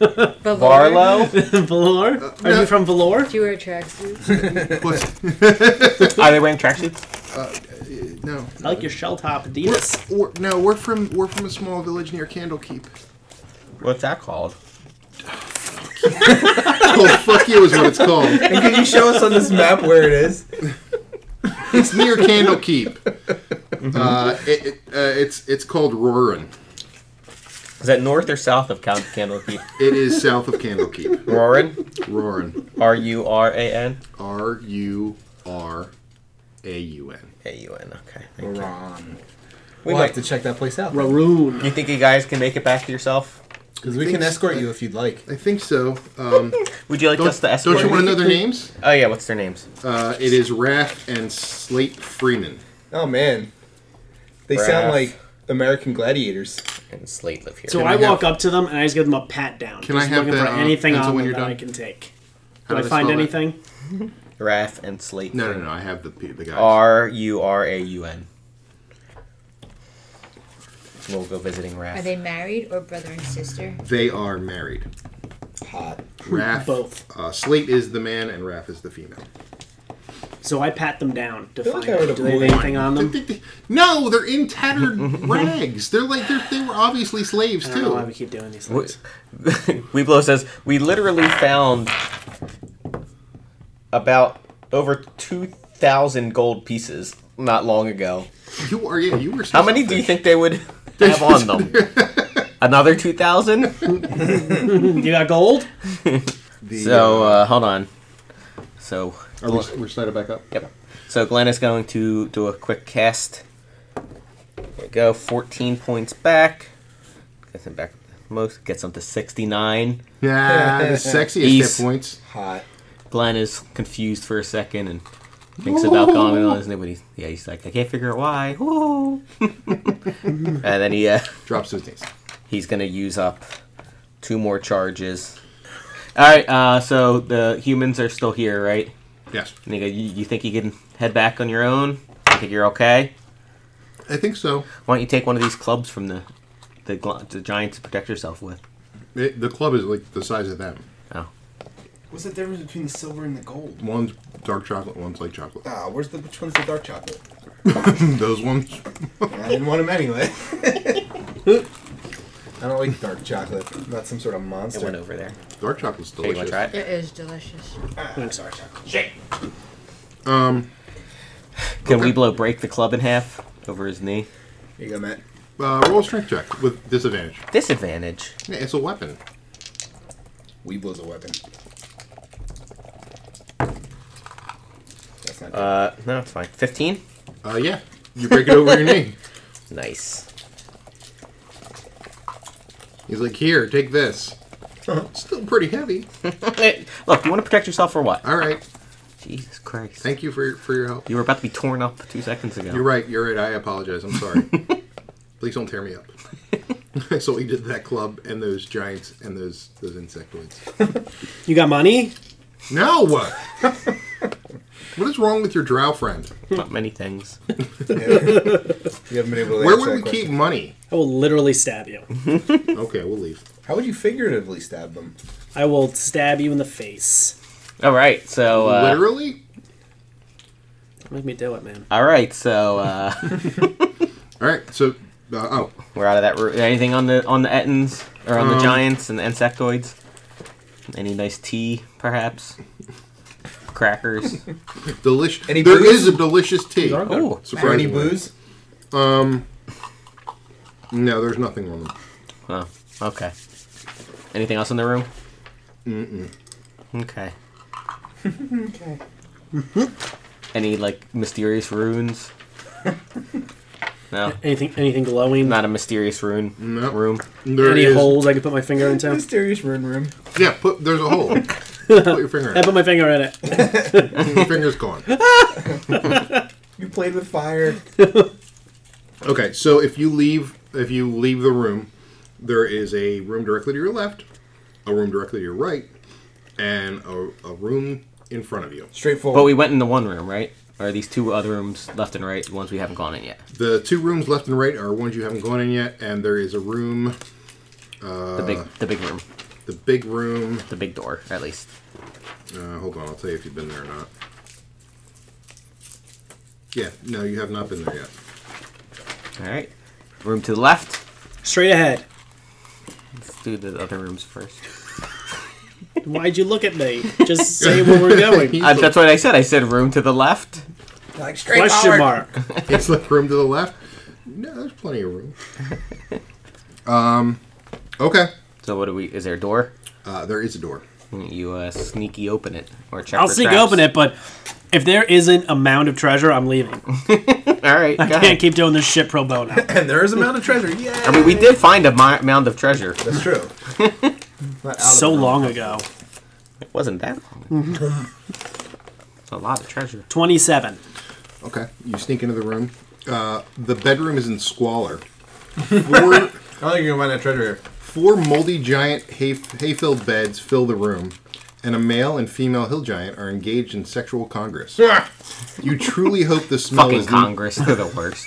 S4: Velour.
S2: Barlow?
S3: Valor.
S1: Uh,
S3: Are you from Valor?
S4: Do you wear tracksuits?
S1: What's-
S2: Are they wearing tracksuits?
S1: no.
S3: I like your shell top Adidas.
S1: We're, no, we're from we're from a small village near Candlekeep.
S2: What's that called?
S1: Oh fuck you is what it's called.
S5: And could you show us on this map where it is?
S1: It's near Candlekeep.
S3: Mm-hmm.
S1: Uh, it, it, uh, it's it's called Roran.
S2: Is that north or south of Count Candlekeep?
S1: It is south of Candlekeep.
S2: Roran?
S1: Roran.
S2: R U R A N?
S1: R U R A U N.
S2: A U N, okay. Thank you.
S5: Iran.
S2: We
S5: We'll
S2: might-
S5: have to check that place out
S3: Raroon.
S2: You think you guys can make it back to yourself?
S5: because we can escort you if you'd like.
S1: I think so. Um,
S2: Would you like
S1: don't,
S2: us to escort
S1: don't you want to know their names?
S2: Oh, yeah, what's their names?
S1: Uh, it is Raff and Slate Freeman.
S5: Oh man, they
S2: Raph.
S5: sound like American gladiators.
S2: And Slate live here.
S3: So
S1: Can
S3: I
S1: I have-
S3: walk up to them and I just give them a pat down.
S1: Can
S3: just
S1: I have
S3: looking
S1: that,
S3: for
S1: uh,
S3: anything
S1: pencil
S3: on
S1: when
S3: them
S1: you're
S3: that I
S1: done?
S3: can take?
S1: How
S3: Do I
S1: do I
S3: find
S1: spell that?
S3: anything?
S2: Raph and Slate.
S1: No, no, no. I have the pe- the guys.
S2: R U R A U N. We'll go visiting
S4: Are
S2: Raph.
S4: they married or brother and sister?
S1: They are married.
S5: Hot.
S1: Raff.
S3: Both.
S1: Uh, Slate is the man and Raff is the female.
S3: So I pat them down to
S5: feel
S3: find
S5: like I
S3: out.
S5: would've
S3: Do they have
S5: worn-
S3: anything on them?
S1: No, they're in tattered rags. They're like they're, they were obviously slaves
S3: I don't know why
S1: too.
S3: we keep doing these things.
S2: Weeblo says, We literally found about over 2,000 gold pieces not long ago.
S1: You are yeah, you were.
S2: How many do you think they would have on them? Another 2,000?
S3: You got gold?
S1: The,
S2: So, uh, hold on. So,
S1: are we, we're sliding back up.
S2: yep. So, Glenn is going to do a quick cast. There we go. 14 points back. Gets him back up the most. Gets him to 69.
S1: Yeah, the sexiest
S2: He's-
S1: hit points.
S5: Hot.
S2: Glenn is confused for a second and thinks about going on his name, but he's, yeah, he's like, I can't figure out why. Woo. and then he uh,
S1: Drops to his knees.
S2: he's gonna use up two more charges. All right, uh, so the humans are still here, right?
S1: Yes,
S2: Nigga, you, you think you can head back on your own? You think you're okay?
S1: I think so.
S2: Why don't you take one of these clubs from the the, gl- the giant to protect yourself with?
S1: It, the club is like the size of them.
S2: Oh,
S8: What's the difference between the silver and the gold?
S1: One's dark chocolate, one's light chocolate.
S5: Ah, where's the which one's the dark chocolate?
S1: Those ones.
S5: I didn't want them anyway. I don't like dark chocolate. I'm not some sort of
S2: it went
S5: monster.
S2: over there.
S1: Dark chocolate's
S2: Hey, you want
S1: delicious.
S2: to try it?
S4: It is delicious.
S3: Oh, I'm sorry.
S1: Um,
S2: Can we blow break the club in half over his knee?
S5: Here you go, Matt.
S1: uh, roll a strength check with disadvantage.
S2: Disadvantage.
S1: Yeah, it's a weapon.
S5: Weeblo's a weapon. That's not good.
S2: Uh, no, it's fine. Fifteen.
S1: Uh, yeah, you break it over your knee.
S2: Nice.
S1: He's like, here, take this. Still pretty heavy.
S2: Look, you want to protect yourself or what?
S1: All right.
S2: Jesus Christ.
S1: Thank you for for your help.
S2: You were about to be torn up two seconds ago.
S1: You're right. You're right. I apologize. I'm sorry. Please don't tear me up. so we did that club and those giants and those those insectoids.
S3: You got money?
S1: No. What is wrong with your drow friend?
S2: Not many things.
S5: you haven't been able to
S1: Where
S5: answer
S1: would we
S5: that question.
S1: keep money?
S3: I will literally stab you.
S1: Okay, we'll leave.
S5: How would you figuratively stab them?
S3: I will stab you in the face.
S2: All right, so uh,
S1: Literally.
S3: Let me do it, man.
S2: All right, so uh,
S1: All right, so uh, oh,
S2: we're out of that route. Anything on the on the Ettins or on the
S1: Um,
S2: Giants and the insectoids? Any nice tea, perhaps? Crackers.
S1: delicious.
S5: Any
S1: There
S5: booze?
S1: is a delicious tea.
S5: Are there?
S2: Ooh,
S5: Are any
S1: Surprisingly.
S5: booze?
S1: No, there's nothing on them.
S2: oh, okay. Anything else in the room? Mm-mm. Okay.
S5: Okay.
S2: Any like mysterious runes? No,
S3: Anything, anything glowing?
S2: not a mysterious rune.
S1: No.
S2: Room.
S1: There
S3: Any
S1: is-
S3: holes I can put my finger into?
S5: Mysterious rune room.
S1: Yeah, put there's a hole. put your finger.
S3: I
S1: In.
S3: put my finger in it.
S1: it. Your finger's gone.
S5: You played with fire.
S1: Okay, so if you leave if you leave the room, there is a room directly to your left, a room directly to your right, and a, a room in front of you.
S5: Straightforward.
S2: But we went in the one room, right? Or these two other rooms, left and right, the ones we haven't gone in yet.
S1: The two rooms left and right are ones you haven't gone in yet, and there is a room,
S2: The big, the big room,
S1: the big room.
S2: the big door, at least.
S1: Uh, hold on, I'll tell you if you've been there or not. Yeah, no, you have not been there yet.
S2: All right. Room to the left.
S3: Straight ahead.
S2: Let's do the other rooms first.
S3: Why'd you look at me? Just say where we're going.
S2: Uh, that's what I said. I said room to the left.
S5: like straight
S3: Question mark.
S1: It's the room to the left. No, there's plenty of room. um, okay.
S2: So what do we? Is there a door?
S1: Uh, there is a door.
S2: You uh, sneaky open it or check.
S3: I'll
S2: for
S3: sneak
S2: traps.
S3: open it, but if there isn't a mound of treasure, I'm leaving.
S2: All right.
S3: I
S2: go
S3: can't
S2: ahead.
S3: keep doing this shit pro bono.
S5: And there is a mound of treasure. Yeah.
S2: I mean, we did find a mi- mound of treasure.
S5: That's true. Not out of
S3: So
S5: the room.
S3: long ago.
S2: It wasn't that long. it's a lot of treasure.
S3: 27.
S1: Okay, you sneak into the room. Uh, the bedroom is in squalor. Four,
S5: I don't think you're gonna find that treasure here.
S1: four moldy giant hay, hay-filled beds fill the room, and a male and female hill giant are engaged in sexual congress. you truly hope the smell
S2: Fucking
S1: is
S2: Congress, they're the worst.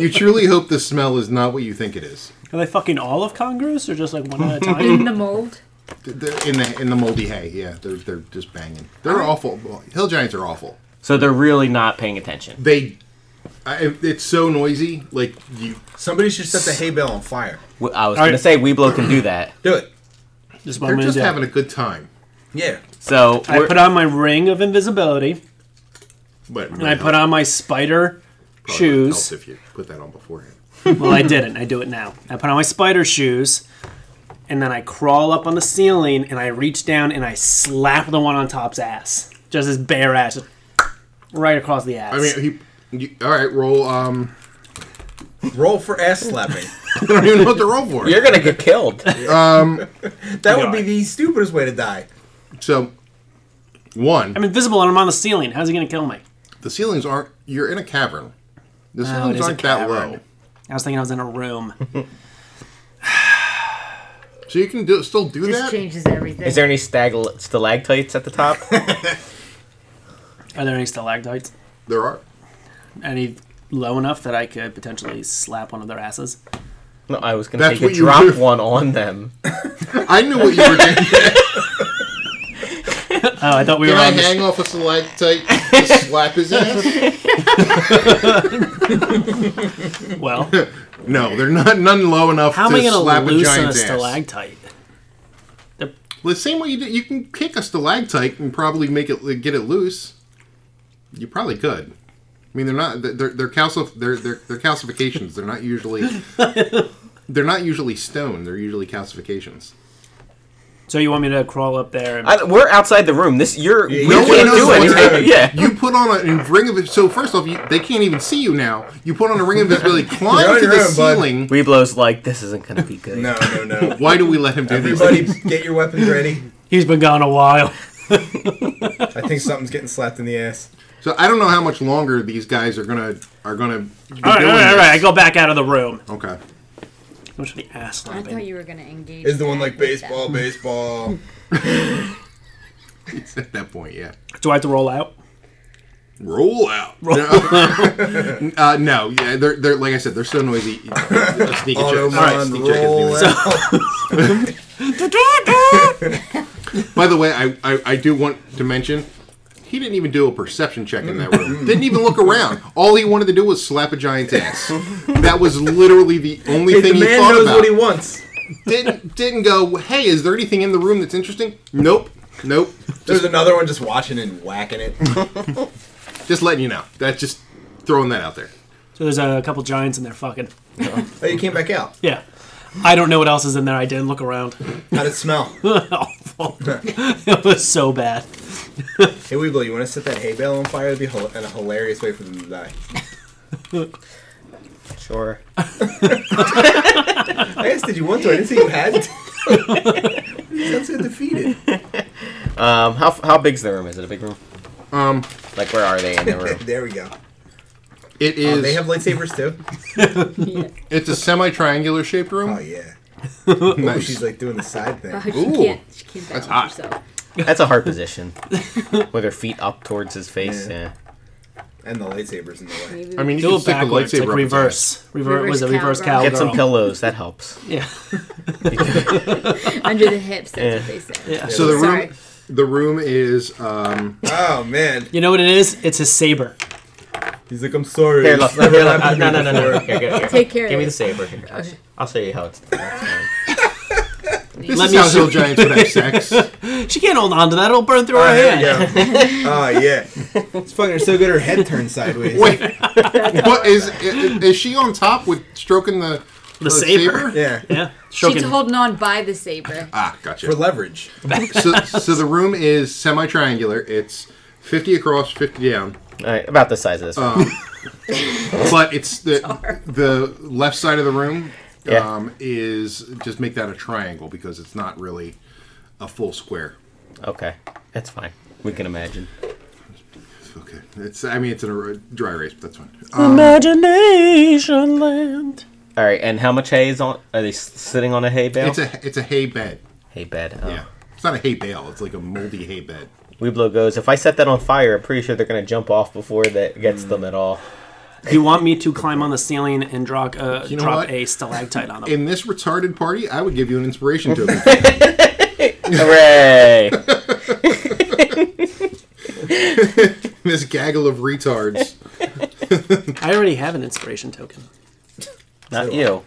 S1: you truly hope the smell is not what you think it is.
S3: Are they fucking all of Congress or just like one at a
S4: In
S3: time?
S4: the mold.
S1: Th- they're in the in the moldy hay, yeah, they're they're just banging. They're awful. Hill giants are awful.
S2: So they're really not paying attention.
S1: They, I, it's so noisy. Like you,
S5: Somebody should set the hay bale on fire.
S2: W- I was
S3: All
S2: gonna
S3: right.
S2: say Weeblo can do that.
S5: Do it.
S3: Just
S1: they're
S3: one
S1: just
S3: minute.
S1: having a good time.
S5: Yeah.
S2: So
S3: I
S2: we're-
S3: put on my ring of invisibility
S1: But
S3: and I put on my spider shoes.
S1: If you put that on beforehand.
S3: Well, I didn't. I do it now. I put on my spider shoes and then I crawl up on the ceiling and I reach down and I slap the one on top's ass. Just his bare ass. just Right across the ass.
S1: I mean, he. You, all right, roll. Um,
S5: Roll for ass slapping.
S1: I don't even know what to roll for.
S2: you're gonna get killed.
S5: That would be the stupidest way to die.
S1: So, one,
S3: I'm invisible and I'm on the ceiling. How's he gonna kill me?
S1: the ceilings aren't. You're in a cavern. The
S3: Oh, it
S1: ceilings
S3: is a
S1: aren't that low,
S3: cavern. I was thinking I was in a room.
S1: so you can do, still do
S4: This
S1: that.
S4: changes everything.
S2: Is there any stag- stalactites at the top?
S3: Are there any stalactites?
S1: There are.
S3: Any low enough that I could potentially slap one of their asses?
S2: No, I was gonna
S1: That's
S2: say you
S1: what you
S2: drop
S1: do.
S2: one on them.
S1: I knew what you were doing.
S3: Oh, I thought we
S1: Can
S3: were
S1: I
S3: on. the-
S1: hang off a stalactite, to slap his ass?
S3: well,
S1: No, they're not none low enough
S3: how am
S1: to
S3: I gonna
S1: slap a
S3: loosen a,
S1: giant's ass.
S3: stalactite?
S1: The same way you do, you can kick a stalactite and probably make it get it loose. You probably could. I mean, they're not they're they're calcif- they're, they're, they're calcifications. They're not usually they're not usually stone. They're usually calcifications.
S3: So you want me to crawl up there? And,
S2: I, we're outside the room. This you're we
S5: no
S1: No one
S2: can't
S1: knows
S2: do
S1: what you're
S2: anything.
S1: doing.
S2: Yeah.
S1: You put on a, a ring of so first off, you, they can't even see you now. You put on a ring of invisibility,
S5: You're
S1: climb
S5: on
S1: to
S5: your
S1: the
S5: own, bud.
S1: ceiling.
S2: Weeblo's like this isn't gonna be good.
S5: No, no, no.
S1: Why do we let him do these
S5: Everybody,
S1: things?
S5: get your weapons ready.
S3: he's been gone a while.
S5: I think something's getting slapped in the ass.
S1: So I don't know how much longer these guys are gonna are gonna. Be
S3: All right, all
S1: doing
S3: right, all
S1: this.
S3: right. I go back out of the room.
S1: Okay.
S3: Go to the ass
S4: I thought
S3: slapping.
S4: you were gonna engage.
S5: Is the one
S4: back
S5: like
S4: with them.
S5: baseball, baseball?
S1: It's at that point, yeah.
S3: Do I have to roll out?
S1: Roll out. No, uh, no yeah, they're, they're like I said, they're so noisy. A sneak attack-
S5: Auto
S1: all right,
S5: man,
S1: sneak attack is
S5: roll
S1: new.
S5: out.
S4: Ah!
S1: By the way, I, I, I do want to mention He didn't even do a perception check in that room. didn't even look around. All he wanted to do was slap a giant's ass. that was literally the only
S5: If
S1: thing
S5: the
S1: he
S5: man
S1: thought
S5: knows
S1: about.
S5: what he wants.
S1: didn't didn't go. Hey, is there anything in the room that's interesting? Nope, nope.
S5: There's another one just watching and whacking it. Oh,
S1: Just letting you know. That's just throwing that out there.
S3: So there's a couple giants in there fucking.
S5: oh, you came back out.
S3: Yeah. I don't know what else is in there. I didn't look around.
S5: How'd it smell?
S3: Awful. it was so bad.
S5: Hey, Weeble, you want to set that hay bale on fire? It'd be hil- in a hilarious way for them to die.
S2: Sure.
S5: I asked, did you want to? I didn't say you had to. you sound so defeated.
S2: Um, how how big's the room? Is it a big room?
S1: Um,
S2: Like where are they in the room?
S5: there we go.
S1: it
S5: Oh,
S1: is.
S5: they have lightsabers too?
S1: it's a semi-triangular shaped room.
S5: Oh, yeah. Oh,
S1: nice.
S5: she's like doing the side thing.
S4: She
S1: Ooh.
S4: Oh, can't. She can't balance
S1: hot.
S4: herself.
S2: That's a hard position. With her feet up towards his face.
S5: Yeah.
S2: Yeah.
S5: and the lightsabers in the way.
S4: Maybe
S1: I mean, you
S3: Do
S1: can
S3: it
S1: stick the
S3: backwards,
S1: lightsaber up his
S3: like
S1: ass.
S3: reverse. Reverse was a
S4: Reverse
S3: reverse
S4: cowgirl.
S3: cow.
S2: Get some pillows. That helps.
S3: Yeah.
S4: under the hips. That's what they say.
S3: Yeah.
S1: So the room,
S4: Sorry.
S1: the room is. Um,
S5: Oh man,
S3: You know what it is? It's his saber.
S5: he's like, I'm sorry.
S2: Here,
S5: It's
S2: look,
S5: never
S2: here, look. Uh,
S5: happened
S2: no,
S5: to
S2: no,
S5: me
S2: no, no.
S5: before.
S2: Here, here, here.
S4: Take care of
S2: Give me
S4: it.
S2: the saber. Here, I'll, sh- I'll show you how it's done.
S1: this
S3: Let
S1: is
S3: me
S1: how
S3: see.
S1: hill giants would have sex.
S3: She can't hold on to that. It'll burn through
S5: Oh,
S3: her
S5: here we
S3: hand.
S5: go. Oh yeah, it's fucking her so good. Her head turned sideways.
S1: Wait, what is, is is she on top with stroking the
S3: The saber.
S5: Yeah,
S3: Yeah.
S4: She's
S3: Stroking-
S4: holding on by the saber.
S1: Ah,
S5: for
S1: gotcha.
S5: leverage.
S1: so, so the room is semi-triangular. It's fifty across, fifty down.
S2: All right, about the size of this. one.
S1: but it's the the left side of the room
S2: Yeah.
S1: um, is just make that a triangle because it's not really a full square.
S2: Okay, that's fine. We can imagine.
S1: Okay, it's I mean it's in a r- dry race, but that's fine.
S3: Imagination land.
S2: All right, and how much hay is on? Are they s- sitting on a hay bale?
S1: It's a it's a hay bed.
S2: hay bed. Oh.
S1: Yeah, it's not a hay bale. It's like a moldy hay bed.
S2: Weeblo goes. If I set that on fire, I'm pretty sure they're gonna jump off before that gets them at all.
S3: Do you want me to climb on the ceiling and drop, uh,
S1: know
S3: drop
S1: what?
S3: a stalactite on them?
S1: In this retarded party, I would give you an inspiration token. Mm.
S2: Hooray!
S1: this gaggle of retards.
S3: I already have an inspiration token.
S2: Not you,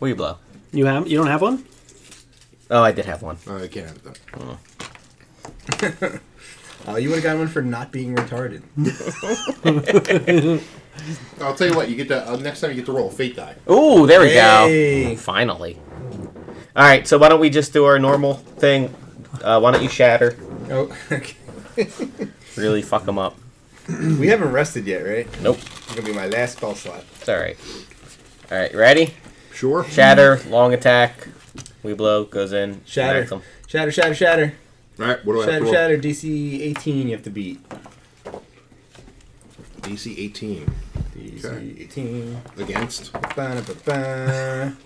S2: Weeblo.
S3: You have? You don't have one?
S2: Oh, I did have one.
S1: Uh, I can't have that.
S5: Oh, you would have gotten one for not being retarded.
S1: Mm. I'll tell you what. You get to uh, next time you get to roll a fate die.
S2: Ooh, there we
S5: Hey.
S2: go. Finally. All right, so why don't we just do our normal thing? Uh, why don't you shatter?
S5: Oh, okay.
S2: Really fuck them up.
S5: we haven't rested yet, right?
S2: Nope.
S5: It's gonna be my last spell slot.
S2: It's all right. All right, ready?
S1: Sure.
S2: Shatter, long attack. Weeblo goes in.
S5: Shatter,
S2: connects 'em.
S5: shatter, shatter, shatter,
S1: All right. What do I have
S5: shatter,
S1: to roll?
S5: shatter. DC 18, you have to beat.
S1: DC 18
S5: DC
S1: Okay.
S5: 18.
S1: against
S5: Ba-da-ba-ba.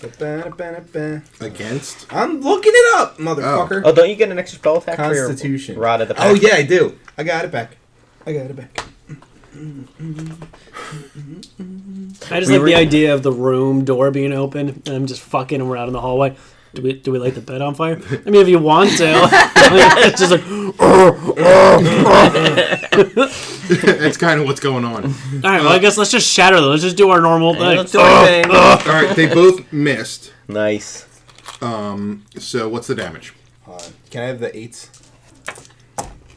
S5: Ba-da-ba-da-ba.
S1: against.
S5: I'm looking it up, motherfucker.
S2: Oh, don't you get an extra spell attack for your
S5: Constitution.
S2: rod of the
S5: Oh
S2: pack?
S5: yeah, I do. I got it back. I got it back.
S3: I just
S2: We
S3: like
S2: were-
S3: the idea of the room door being open and I'm just fucking and we're out in the hallway. Do we do we light the bed on fire? I mean, if you want to, it's just like all
S1: That's kind of what's going on. All
S3: right. Well, I guess let's just shatter them. Let's just do our normal
S2: Yeah,
S3: thing.
S2: let's do our thing.
S1: right, they both missed. Um,
S2: Nice.
S1: So what's the damage?
S5: Hold on. Can I have the eights?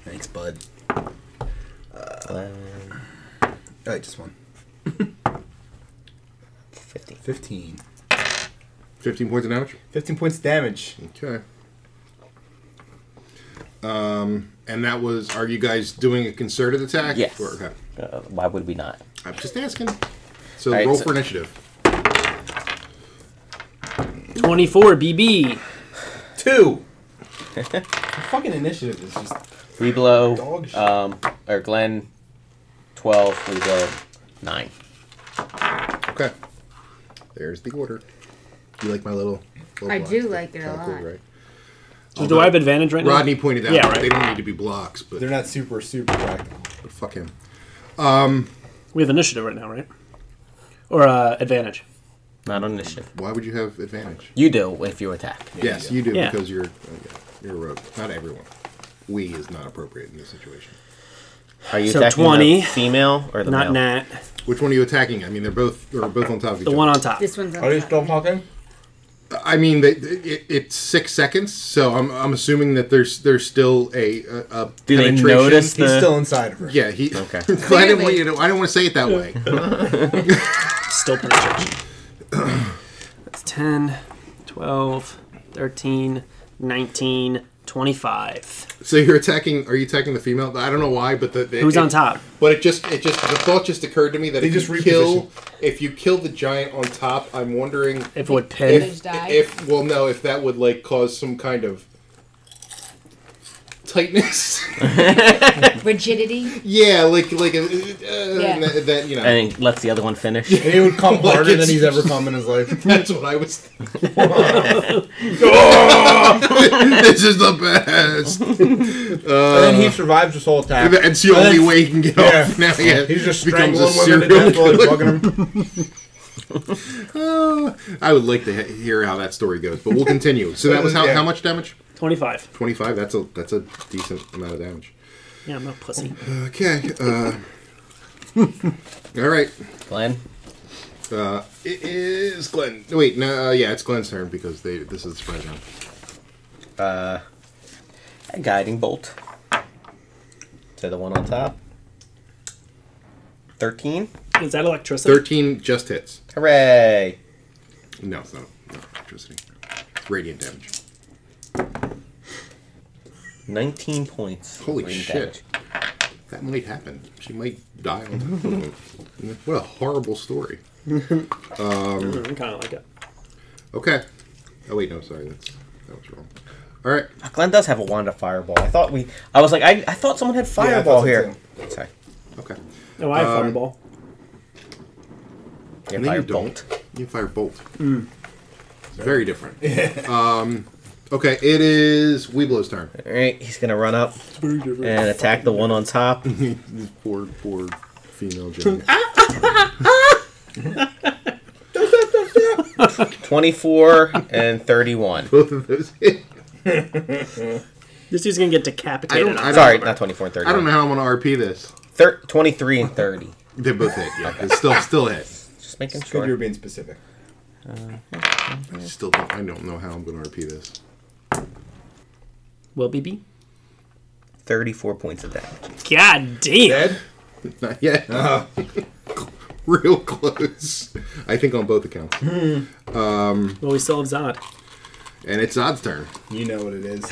S5: Thanks, bud.
S2: Uh,
S5: All right, just one.
S2: 50.
S5: 15.
S1: 15 points of damage.
S5: 15 points damage.
S1: Okay. Um, and that was are you guys doing a concerted attack?
S2: Yes.
S1: Or- okay.
S2: Uh, why would we not?
S1: I'm just asking. So
S2: All right,
S1: roll
S2: so-
S1: for initiative.
S3: Twenty four BB.
S5: Two. The fucking initiative is just.
S2: We blow,
S5: Dog shit.
S2: um, or Glenn, 12. We blow, 9.
S1: Okay. There's the order. You like my little? little
S4: I
S1: block?
S4: do like it a
S1: Kinda cool,
S4: lot.
S1: right?
S3: So do I have advantage right now?
S1: Rodney pointed out
S3: Yeah,
S1: that
S3: right.
S1: they don't need to be blocks, but
S5: They're not super, super practical.
S1: but fuck him.
S3: We have initiative right now, right? Or uh, advantage.
S2: Not on initiative.
S1: Why would you have advantage?
S2: You do if you attack.
S1: yes, you do
S3: Yeah.
S1: because you're okay, you're a rogue. Not everyone. We is not appropriate in this situation.
S2: Are you
S3: So
S2: attacking the
S3: 20.
S2: female or the
S3: Not
S2: male?
S3: Nat.
S1: Which one are you attacking? I mean, they're both they're both on top of each
S3: The
S1: other.
S3: one on top.
S4: This one's on
S5: Are you
S4: top.
S5: still talking?
S1: I mean, they, it, it's six seconds, so I'm, I'm assuming that there's there's still a, a, a
S2: Do they
S1: penetration.
S2: notice the?
S5: He's still inside of her.
S1: Yeah, he.
S2: Okay.
S1: I didn't want you to. I don't want to say it that way.
S3: Still penetration. That's 10, 12, 13, 19, 25.
S1: So you're attacking? Are you attacking the female? I don't know why, but the, the
S3: Who's
S1: it-
S3: on top?
S1: But it just it just the thought just occurred to me that
S5: They
S1: if
S5: just
S1: you kill
S5: reposition.
S1: if you kill the giant on top, I'm wondering
S3: If it would pin.
S1: if,
S4: Others die?
S1: if well no if that would like cause some kind of tightness.
S4: Rigidity.
S1: yeah, like like a, uh, that, that you know.
S2: and then lets the other one finish.
S5: And he would come
S1: Like
S5: harder than
S1: it's-
S5: he's ever come in his life.
S1: That's what I was. Thinking. this is the best.
S5: and then he survives this whole attack.
S1: Uh, It's the only way he can get
S5: Yeah.
S1: off now. Yeah,
S5: He's just
S1: becomes a
S5: strangling
S1: serial
S5: women to death while he's
S1: killer.
S5: fucking him.
S1: Uh, I would like to he- hear how that story goes, but we'll continue. So that was how,
S5: Yeah.
S1: how much damage?
S3: 25.
S1: Twenty five. That's a that's a decent amount of damage.
S3: Yeah, I'm not a pussy.
S1: Okay. Uh, all right.
S2: Glenn,
S1: Uh, it is Glenn. no, Wait, no, uh, yeah, it's Glenn's turn because they this is the spread round.
S2: a guiding bolt to the one on top. Thirteen.
S3: Is that electricity?
S1: Thirteen just hits.
S2: Hooray!
S1: No, it's not, not electricity. It's radiant damage.
S2: Nineteen points.
S1: Holy
S2: Radiant
S1: shit. That might happen. She might die on top of him. What a horrible story.
S3: Mm, I kind of like it.
S1: Okay. Oh wait, no, sorry, that's that was wrong. All right.
S2: damage. Ah, Glenn does have a wand of fireball. I thought we. I was like, I, I thought someone had fireball
S5: so
S2: here. Sorry.
S1: Okay.
S3: Oh, I have
S1: Um,
S3: fireball.
S2: Yeah,
S1: And then you
S2: fire
S1: don't.
S2: bolt.
S1: You fire bolt.
S5: Mm.
S1: Very different. um, okay, it is Weeblo's turn.
S2: All right, he's gonna run up and attack the one on top.
S1: Poor, poor female giant.
S5: Ah!
S2: 24 and 31.
S1: Both of those hit.
S3: This dude's going to get
S1: I
S3: decapitated.
S1: don't, I, don't,
S2: Sorry, not 24 and 31.
S1: I don't know how I'm going to RP this.
S2: Thir- 23 and 30.
S1: They both hit, yeah. It's still, still hit.
S2: Just making
S5: Good, you're
S2: sure.
S5: being specific.
S1: I still don't, I don't know how I'm going to RP this.
S3: Will BB?
S2: 34 points of damage.
S3: God damn.
S5: Dead?
S1: Not yet.
S5: Uh-huh.
S1: Real close. I think on both accounts.
S5: Mm-hmm.
S3: Well, we still have Zod.
S1: And it's Odd's turn.
S5: You know what it is.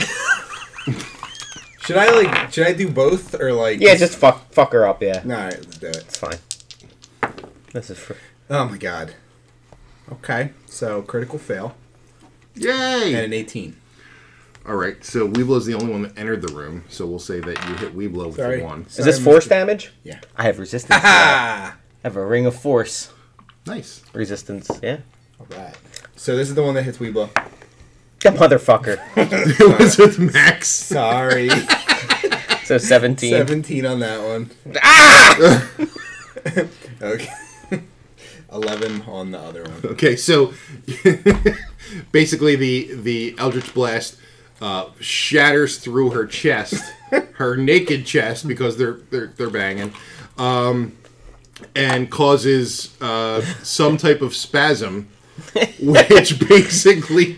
S5: should I like? Should I do both or like?
S2: Yeah, just fuck, fuck her up, yeah.
S5: All right, let's do it.
S2: It's fine. This is for.
S5: Oh my god. Okay, so critical fail
S1: Yay!
S5: and an 18.
S1: All right, so Weeblo's the only one that entered the room, so we'll say that you hit Weeblo
S5: Sorry.
S1: for one.
S2: Is this force damage?
S5: Yeah.
S2: I have resistance. to that.
S5: Ah.
S2: I have a ring of force.
S1: Nice.
S2: Resistance, yeah.
S5: All right. So this is the one that hits Weeblo.
S2: That motherfucker.
S1: it was with Max.
S5: Sorry,
S2: So 17.
S5: 17 on that one. Ah. okay. 11 on the other one.
S1: Okay, so basically the the Eldritch Blast uh, shatters through her chest, her naked chest, because they're they're, they're banging, um, and causes uh, some type of spasm, which basically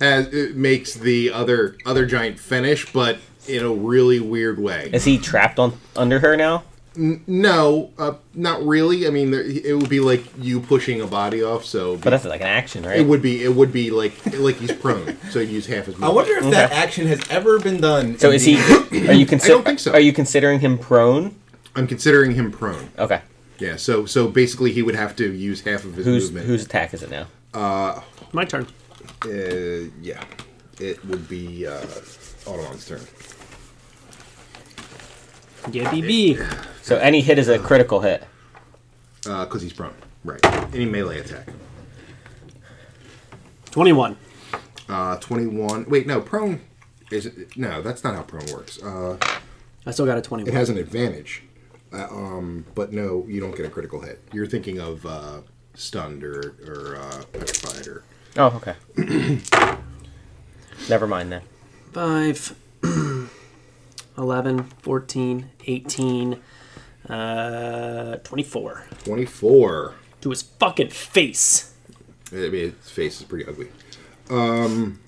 S1: has, it makes the other other giant finish, but in a really weird way.
S2: Is he trapped on under her now?
S1: No, uh, not really. I mean, there, it would be like you pushing a body off, so
S2: But that's like an action, right?
S1: it would be it would be like like he's prone, so you use half his.
S5: I wonder if that action has ever been done.
S2: so
S5: in
S2: is
S5: the-
S2: he? Are you consider?
S1: I don't think so.
S2: Are you considering him prone?
S1: I'm considering him prone.
S2: Okay.
S1: Yeah, so so basically he would have to use half of his
S2: Whose
S1: movement.
S2: whose attack is it now?
S3: My turn.
S1: Uh, yeah, it would be uh, Automon's turn.
S3: Yeah, BB.
S2: So any hit is a critical hit.
S1: Because uh, he's prone, right? Any melee attack.
S3: 21.
S1: Uh, Twenty-one. Wait, no, prone is it, no. That's not how prone works. Uh,
S3: I still got a
S1: it
S3: 21.
S1: has an advantage, uh, um, but no, you don't get a critical hit. You're thinking of uh, stunned or or uh, petrified or.
S2: Oh, okay. Never mind then.
S3: Five. 11, 14, 18, uh, 24.
S1: 24.
S3: To his fucking face.
S1: I mean, its face is pretty ugly. Um,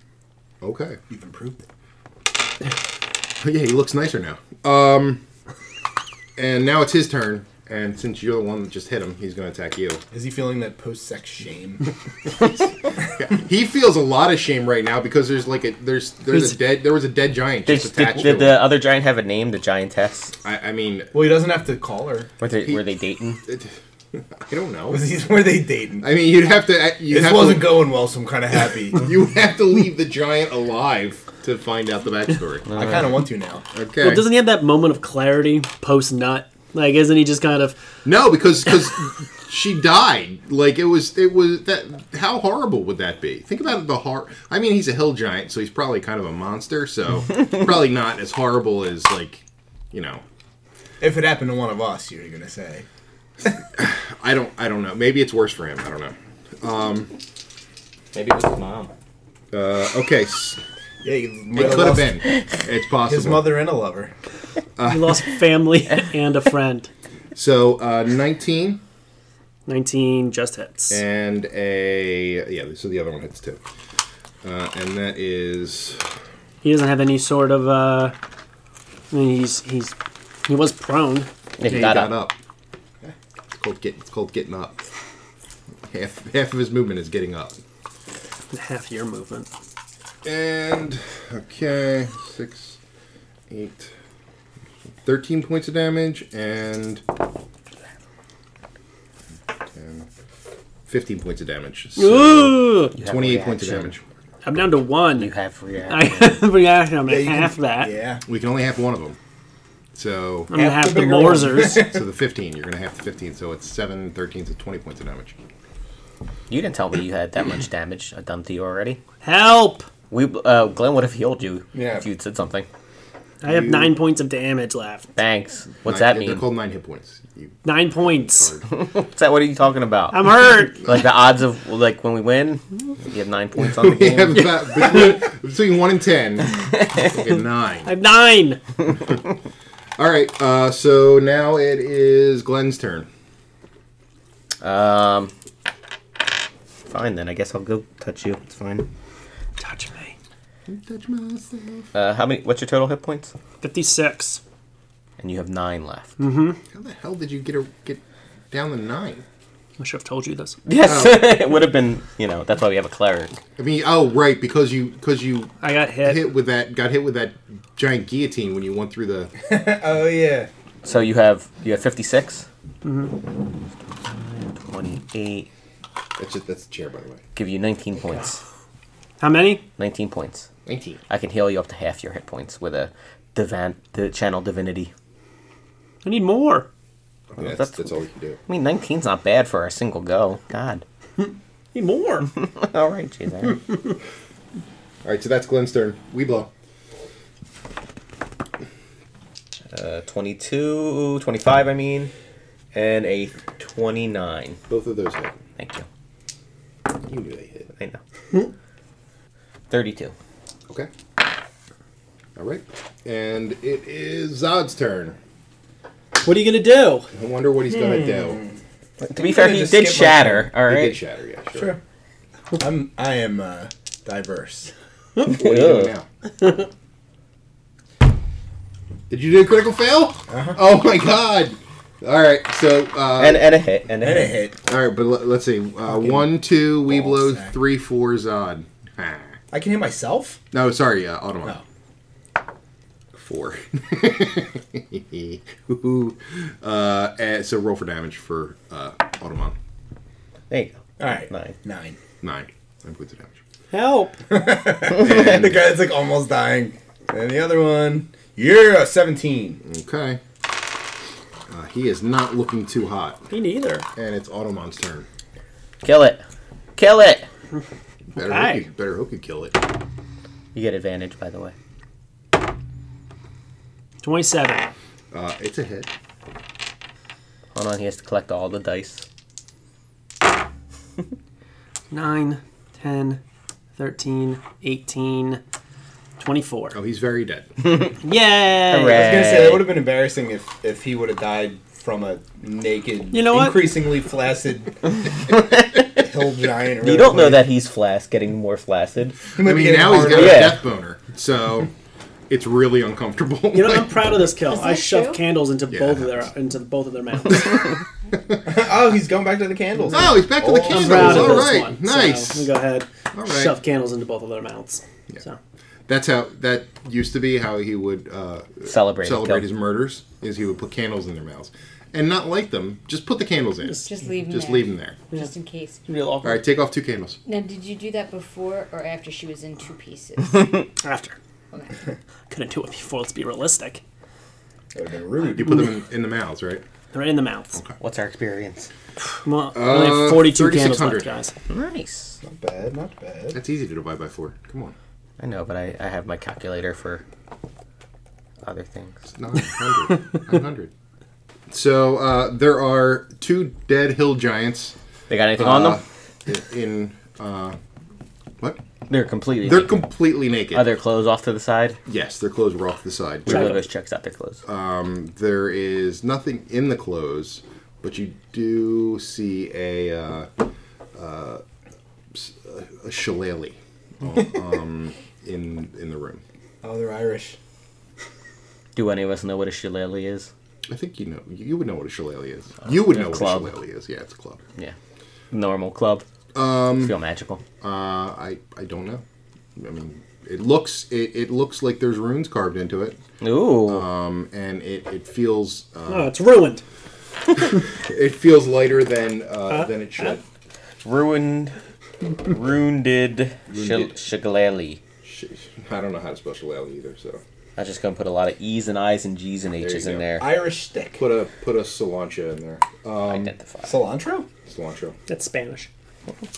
S1: okay.
S8: You've improved it.
S1: Yeah, he looks nicer now. Um, and now it's his turn. And since you're the one that just hit him, he's going to attack you.
S5: Is he feeling that post-sex shame?
S1: He feels a lot of shame right now because there's like a there's there's a
S3: He's-
S1: dead there was a dead giant
S2: Did,
S1: just
S2: did,
S1: attached
S2: did
S1: to him.
S2: the other giant have a name? The giantess?
S1: I, I mean,
S5: well, he doesn't have to call her.
S2: Were they, were they dating?
S1: it, I don't know.
S5: Was he, were they dating?
S1: I mean, you'd have to you
S5: this
S1: have
S5: wasn't
S1: to,
S5: going well, so I'm kind of happy.
S1: you have to leave the giant alive to find out the backstory.
S5: I kind of want to now.
S1: Okay.
S3: Well, doesn't he have that moment of clarity post nut? Like, isn't he just kind of.
S1: No, because because she died. Like it was it was that. How horrible would that be? Think about the hor. I mean, he's a hill giant, so he's probably kind of a monster. So probably not as horrible as like you know.
S5: If it happened to one of us, you're gonna say.
S1: I don't I don't know. Maybe it's worse for him. I don't know. Um,
S2: Maybe it was his mom.
S1: Uh, okay, s-
S5: Yeah, you
S1: it could have been. It's possible.
S5: his mother and a lover.
S3: He lost family and a friend.
S1: So uh, nineteen
S3: 19 just hits.
S1: and a yeah. So the other one hits two, uh, and that is
S3: He doesn't have any sort of. uh I mean, he's. he's he was prone.
S2: Yeah, he
S1: Yeah,
S2: got,
S1: he got up.
S2: up.
S1: It's called get. It's called getting up. Half half of his movement is getting up.
S3: Half your movement.
S1: And okay, six, eight, thirteen points of damage, and 10, fifteen points of damage. So
S3: Ooh,
S1: twenty-eight points of damage.
S3: I'm down to one.
S2: You have reaction.
S3: I, but yeah, I'm gonna
S5: can-
S3: half that.
S5: Yeah.
S1: We can only have one of them. So
S3: I'm gonna
S5: Half
S3: half the
S5: the bigger one.
S3: Morzers.
S1: so the fifteen, you're gonna have the fifteen. So it's seven, thirteen, so twenty points of damage.
S2: You didn't tell me you had that much damage done to you already.
S3: Help!
S2: We uh, Glenn would have healed you
S5: Yeah.
S2: if you'd said something.
S3: I have nine points of damage left.
S2: Thanks. What's
S1: Nine-
S2: that
S1: They're
S2: mean?
S1: called nine hit points. You
S3: Nine points.
S2: What's that? What are you talking about?
S3: I'm hurt.
S2: like the odds of like when we win, you have nine points on the
S1: We
S2: game.
S1: have about between, between one and ten. Like a
S3: I
S1: nine.
S3: have nine.
S1: All right. Uh, so now it is Glenn's turn.
S2: Fine then. I guess I'll go touch you. It's fine.
S3: Touch me.
S1: Touch myself.
S2: Uh, how many? What's your total hit points?
S3: Fifty-six.
S2: And you have nine left.
S1: How the hell did you get a, get down to nine?
S3: I should have told you this.
S2: Yes, it would have been. You know, that's why we have a cleric.
S1: I mean, oh right, because you because you
S3: I got hit.
S1: hit with that got hit with that giant guillotine when you went through the.
S5: Oh yeah.
S2: So you have you have fifty
S1: Mm-hmm.
S2: Twenty-eight.
S1: That's just, that's the chair, by the way.
S2: Give you nineteen points.
S3: How many?
S2: Nineteen points.
S1: Nineteen.
S2: I can heal you up to half your hit points with a divan the channel divinity.
S3: I need more.
S1: Yeah, that's,
S2: that's-
S1: that's, all we can do.
S2: I mean, 19's not bad for a single go. God.
S3: I need more.
S2: All right, jeez. all right.
S1: All right, so that's Glenn's turn. We blow.
S2: Uh, 22, 25, I mean, and a 29.
S1: Both of those hit.
S2: Thank you.
S1: You knew they hit.
S2: I know. 32.
S1: Okay. All right, and it is Zod's turn.
S3: what are you gonna do?
S1: I wonder what he's gonna do.
S2: To be fair,
S5: could
S2: he
S5: just
S2: did
S5: skip like
S2: shatter. All
S1: It did
S2: right.
S1: shatter, yeah, sure.
S5: Sure. I'm. I am uh, diverse.
S1: What are you doing now? did you do a critical fail?
S5: Uh-huh.
S1: Oh my god! All right, so uh,
S2: And, and a hit. And a
S5: And
S2: hit.
S5: a hit.
S1: all right, but let, let's see. Uh, one, two, we
S5: ball
S1: blow
S5: sack.
S1: three, four, Zod. Ah.
S5: I can hit myself.
S1: No, sorry, uh, Automon.
S5: Oh.
S1: Four. Ooh. uh, and so roll for damage for uh, Automon.
S2: There you go.
S5: All right.
S2: Nine.
S5: Nine.
S1: Nine. Nine points of damage.
S3: Help.
S5: the guy that's like almost dying, and the other one. Yeah, seventeen.
S1: Okay. Uh, he is not looking too hot,
S3: Me neither.
S1: and it's Automon's turn.
S2: Kill it. Kill it.
S1: Better,
S3: Okay.
S1: hope, you, better hope you kill it.
S2: You get advantage, by the way.
S3: Twenty-seven.
S1: Uh, it's a hit.
S2: Hold on, he has to collect all the dice.
S3: Nine. Ten. Thirteen. Eighteen. 24.
S1: Oh, he's very dead.
S3: Yay!
S2: Hooray.
S5: I was gonna say that would have been embarrassing if if he would have died from a naked,
S3: You know what?
S5: increasingly flaccid hill giant. or
S2: You don't know
S5: whatever.
S2: that he's flaccid, getting more flaccid.
S5: He might
S1: I
S5: be
S1: mean,
S5: getting
S1: now he's
S5: harder.
S1: got a
S2: Yeah.
S1: death boner, so it's really uncomfortable.
S3: You know, I'm proud of this kill.
S4: Is
S3: I
S4: that
S3: shoved
S4: true?
S3: candles into
S1: Yeah,
S3: both
S1: it
S3: of their
S1: happens.
S3: into both of their mouths.
S5: Oh, he's going back to the candles.
S1: oh, he's back to the
S5: I'm
S3: I'm
S1: candles.
S3: proud of
S1: All
S3: this
S1: right,
S3: one.
S1: nice.
S3: So we go ahead.
S1: All right.
S3: Shove candles into both of their mouths. So
S1: That's how that used to be. How he would uh,
S2: Celebrate.
S1: celebrate
S2: Kill.
S1: his murders is he would put candles in their mouths and not light them. Just put the candles in. Just,
S4: Just leave him there.
S1: leave them there.
S4: Just in case.
S3: real
S1: All
S3: awkward
S1: right, take off two candles.
S4: Now, did you do that before or after she was in two pieces?
S3: after.
S4: Okay.
S3: Couldn't do it before. Let's be realistic.
S5: That would have been rude.
S1: You put them in, in the mouths, right?
S3: They're in the mouths.
S2: What's our experience?
S3: Well, we only have
S1: Uh,
S3: 42 candles left,
S1: 3,600.
S3: guys.
S2: Nice.
S5: Not bad, not bad.
S1: That's easy to divide by four. Come on,
S2: I know, but I, I have my calculator for other things.
S1: nine hundred, nine hundred. So uh, there are two dead hill giants
S2: They got anything
S1: Uh,
S2: on them?
S1: i- in uh, what?
S2: They're completely.
S1: They're
S2: naked.
S1: completely naked.
S2: Are their clothes off to the side?
S1: yes, their clothes were off the side.
S2: One
S3: them.
S2: of us checks out their clothes.
S1: Uh, There is nothing in the clothes, but you do see a uh, uh, s- a shillelagh um, in in the room.
S5: Oh, they're Irish.
S2: Do any of us know what a shillelagh is?
S1: I think you know you would know what a shillelagh is. You would
S2: yeah,
S1: know what
S2: Uh, club.
S1: a shillelagh is. Yeah, it's a club.
S2: Yeah. Normal club. Um. Feel magical.
S1: Uh, I I don't know. I mean, it looks it, it looks like there's runes carved into it,
S2: Ooh.
S1: um, and it it feels uh,
S3: Oh, it's ruined.
S1: it feels lighter than uh, than it should.
S2: ruined. Ruined. Shil- shillelagh.
S1: Sh- I don't know how to spell shillelagh either, so.
S2: I'm just gonna put a lot of E's and I's and G's and H's
S1: you
S2: in
S1: go.
S2: there.
S5: Irish stick.
S1: Put a put a cilantro in there. Uh,
S2: Identify.
S5: Cilantro?
S1: cilantro.
S3: That's Spanish.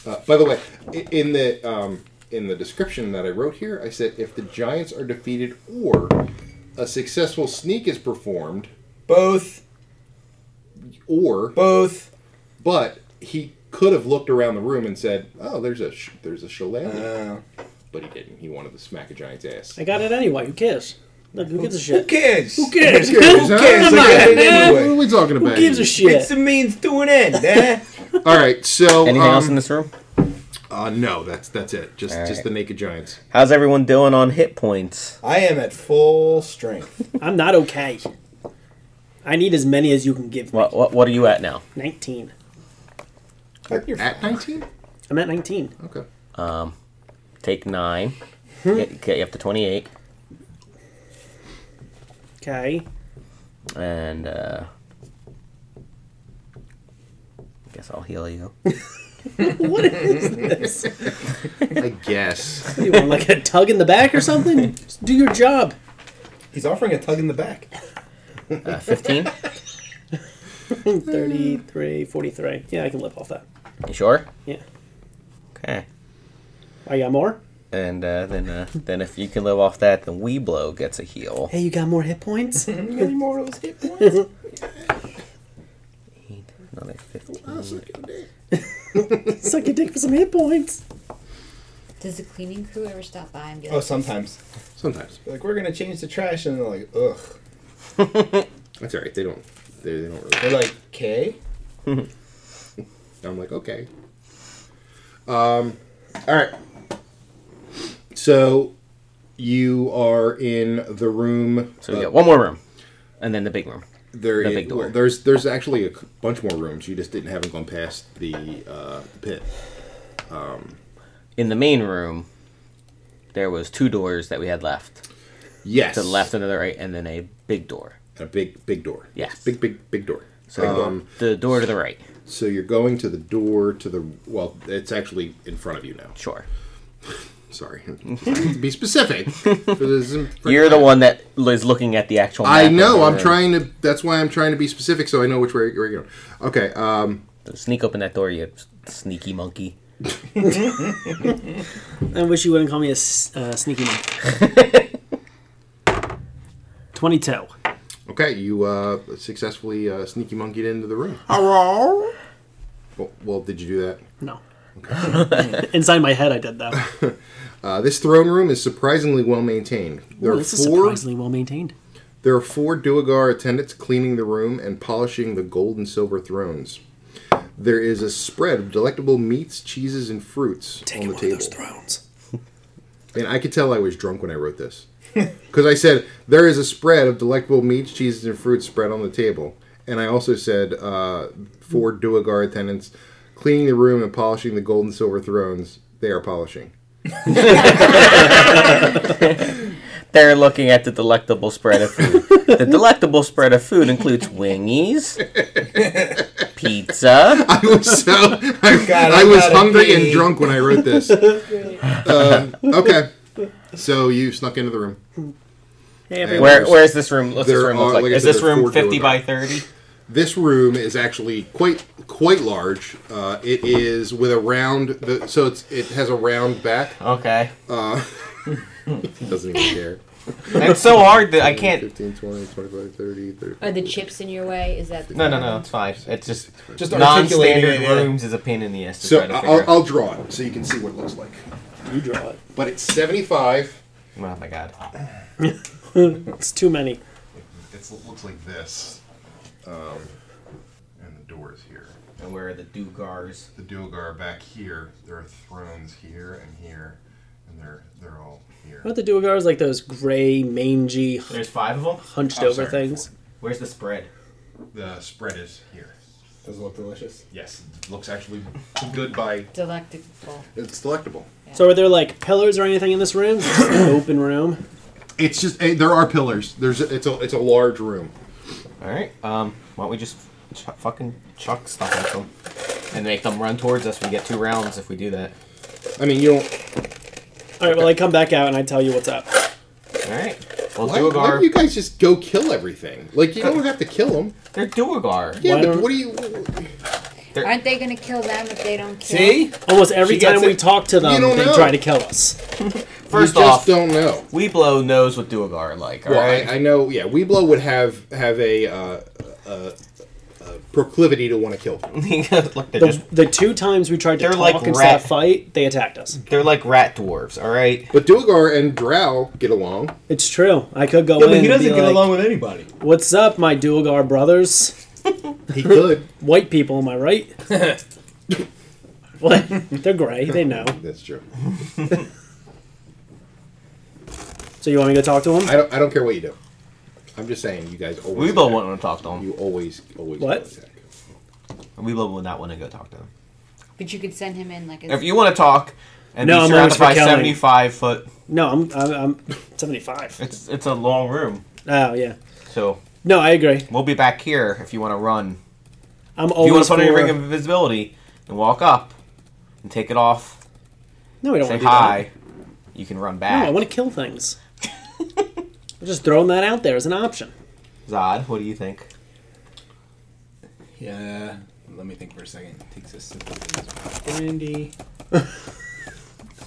S1: Uh, by the way, i- in the um, in the description that I wrote here, I said if the giants are defeated or a successful sneak is performed,
S5: Both.
S1: or
S5: Both.
S1: but he could have looked around the room and said, "Oh, there's a sh- there's a shillelagh,"
S5: Uh,
S1: but he didn't. He wanted to smack a giant's ass.
S3: I got it anyway. Who cares? Look, who gives a
S5: who
S3: shit?
S5: cares?
S3: Who cares?
S1: Who
S5: cares?
S1: Who
S5: I got it
S1: What are
S5: anyway.
S1: we talking about?
S3: Who gives a
S1: here?
S5: It's
S3: shit?
S5: a means to an end, eh?
S1: All right, so
S2: Anything
S1: um,
S2: else in this room?
S1: Uh, no, that's that's it. Just
S2: All
S1: just
S2: right.
S1: the naked giants.
S2: How's everyone doing on hit points?
S5: I am at full strength.
S3: I'm not okay. I need as many as you can give me.
S2: What what, what are you at now?
S3: 19.
S5: You're
S1: At nineteen.
S3: I'm at 19.
S1: Okay.
S2: Take nine.
S1: Hmm.
S2: get, get you up to 28,
S3: Okay.
S2: and uh, I guess I'll heal you.
S3: What is this?
S1: I guess.
S3: You want like a tug in the back or something? Just do your job.
S5: He's offering a tug in the back.
S2: Uh, 15.
S3: 33, 43. Yeah, I can live off that.
S2: You sure?
S3: Yeah.
S2: Okay.
S3: I got more?
S2: And uh, then uh, then if you can live off that, then Weeblow gets a heal.
S3: Hey, you got more hit points?
S5: Any more of those hit points?
S2: Eight, Another 15.
S3: Suck your dick for some hit points.
S4: Does the cleaning crew ever stop by and be
S5: Oh,
S4: like,
S5: sometimes.
S1: Sometimes.
S5: Like, we're gonna change the trash, and they're like, ugh.
S1: That's all right. They don't. They, they don't really.
S5: They're like, okay?
S1: I'm like, okay. Um, all right. So, you are in the room. uh,
S2: So we got one more room, and then the big room.
S1: There
S2: the
S1: is-
S2: big door.
S1: well, there's there's actually a c- bunch more rooms. You just didn't haven't gone past the uh, pit.
S2: In the main room, there was two doors that we had left.
S1: Yes.
S2: To the left and to the right, and then a big door.
S1: And a big big door.
S2: Yes.
S1: Big big big door.
S2: So um, the door to the right.
S1: So you're going to the door to the well. It's actually in front of you now.
S2: Sure.
S1: Sorry. to be specific. You're
S2: You're the one that is looking at the actual.
S1: I
S2: map of
S1: know.
S2: the
S1: I'm
S2: room.
S1: trying to. That's why I'm trying to be specific, so I know which way you're going. Okay. Um,
S2: So sneak open that door, you s- sneaky monkey.
S3: I wish you wouldn't call me a s- uh, sneaky man. 22.
S1: okay. You uh, successfully uh, sneaky monkeyed into the room.
S3: Hello?
S1: Well, well, did you do that?
S3: No. Inside my head, I did that.
S1: Uh, this throne room is surprisingly well maintained. There
S3: Ooh,
S1: are
S3: this is
S1: four.
S3: surprisingly well maintained.
S1: There are four Duogar attendants cleaning the room and polishing the gold and silver thrones. There is a spread of delectable meats, cheeses, and fruits on the table.
S3: thrones.
S1: And I could tell I was drunk when I wrote this. Because I said, there is a spread of delectable meats, cheeses, and fruits spread on the table. And I also said, uh, four Duogar attendants cleaning the room and polishing the gold and silver thrones. They are polishing.
S2: They're looking at the delectable spread of food. the delectable spread of food includes wingies, pizza,
S1: I was so I,
S5: God,
S1: I
S5: I
S1: was
S5: gotta
S1: hungry and
S5: pee.
S1: drunk when I wrote this. Um, okay, so you snuck into the room.
S3: Hey,
S1: And
S3: everyone.
S2: Where, where's this room? What's this
S1: There
S2: room
S1: are-
S2: look like?
S1: like I
S2: Is
S1: said,
S2: this
S1: there are
S2: room
S1: four
S2: 50 by
S1: doorknobs.
S2: 30?
S1: This room is actually quite quite large. Uh, it is with a round, the, so it's it has a round back.
S2: Okay.
S1: It doesn't even care.
S2: It's so hard that I can't.
S1: 15, 20, 25, 30, 35.
S4: Are the chips in your way? Is that
S2: No, no, no, it's fine. It's just,
S5: Just
S2: non
S5: articulating
S2: standard
S5: it, yeah.
S2: rooms is a pain in the ass to
S1: So
S2: try to
S1: I-
S2: figure
S1: I'll,
S2: out.
S1: I'll draw it so you can see what it looks like.
S3: you draw it.
S1: But it's seventy five.
S2: Oh my god.
S3: It's too many.
S9: It's, it looks like this. Um, and the door is here.
S2: And where are the Dugars?
S9: The Duogar back here. There are thrones here and here, and they're they're all here.
S3: What the Duogar is like those gray, mangy,
S2: There's five of them?
S3: hunched
S9: Oh,
S3: over
S9: sorry.
S3: things.
S2: Where's the spread?
S9: The spread is here.
S5: Does it look delicious?
S9: Yes, it looks actually good by.
S4: delectable?
S1: It's delectable.
S3: So are there like pillars or anything in this room? Is this an open room?
S1: It's just eh, there are pillars. There's a, it's a it's a large room.
S2: Alright, um, why don't we just ch- fucking chuck stuff at them and make them run towards us? We get two rounds if we do that.
S1: I mean, you don't.
S3: All right. Well, I come back out and I tell you what's up.
S2: Alright. Well,
S1: Why, why
S2: Duogar.
S1: don't you guys just go kill everything? Like you don't have to kill them.
S2: They're Duogar.
S1: Yeah,
S3: Why
S1: but
S3: don't-
S1: what do you?
S4: Aren't they gonna kill them if they don't kill?
S5: See?
S3: Almost every
S5: She
S3: time
S5: gets
S3: we
S5: it.
S3: talk to them,
S1: You don't
S3: they
S1: know.
S3: try to kill us.
S2: First
S1: you just
S2: off,
S1: don't know.
S2: Weeblow knows what Duogar are like,
S1: Well,
S2: alright?
S1: I, I know. Yeah, Weeblow would have have a, uh, uh a proclivity to want to kill. people.
S2: Look, they're
S3: The,
S2: just.
S3: the two times we tried to
S2: They're
S3: talk
S2: like
S3: and
S2: rat-
S3: start a fight, they attacked us.
S2: They're like rat dwarves, alright?
S1: But Duogar and Drow get along.
S3: It's true. I could go
S5: Yeah,
S3: in.
S5: but he
S3: and
S5: doesn't
S3: be
S5: get
S3: like,
S5: along with anybody.
S3: What's up, my Duogar brothers?
S1: He could.
S3: White people, am I right? what? They're gray. They know.
S1: That's true.
S3: So you want me to talk to them?
S1: I don't. I don't care what you do. I'm just saying, you guys always.
S2: Weeblow
S1: attack.
S2: won't want to talk to them.
S1: You always, always.
S3: What?
S1: attack.
S2: Weeblow will not want to go talk to them.
S4: But you could send him in like. A,
S2: If you want to talk and
S3: No,
S2: be
S3: I'm
S2: surrounded
S3: always
S2: by
S3: for killing.
S2: 75 foot,
S3: No, I'm I'm, I'm 75.
S2: it's it's a long room.
S3: Oh yeah.
S2: So
S3: No, I agree.
S2: we'll be back here if you want to run.
S3: I'm
S2: If you want
S3: always
S2: to put on your
S3: for-
S2: ring of invisibility and walk up and take it off,
S3: No, we don't
S2: say
S3: want to
S2: hi, you can run
S3: No, I
S2: back.
S3: want to kill things. I'm just throwing that out there as an option.
S2: Zod, what do you think?
S5: Yeah. Let me think for a second. Takes a sip of this.
S3: Brandy.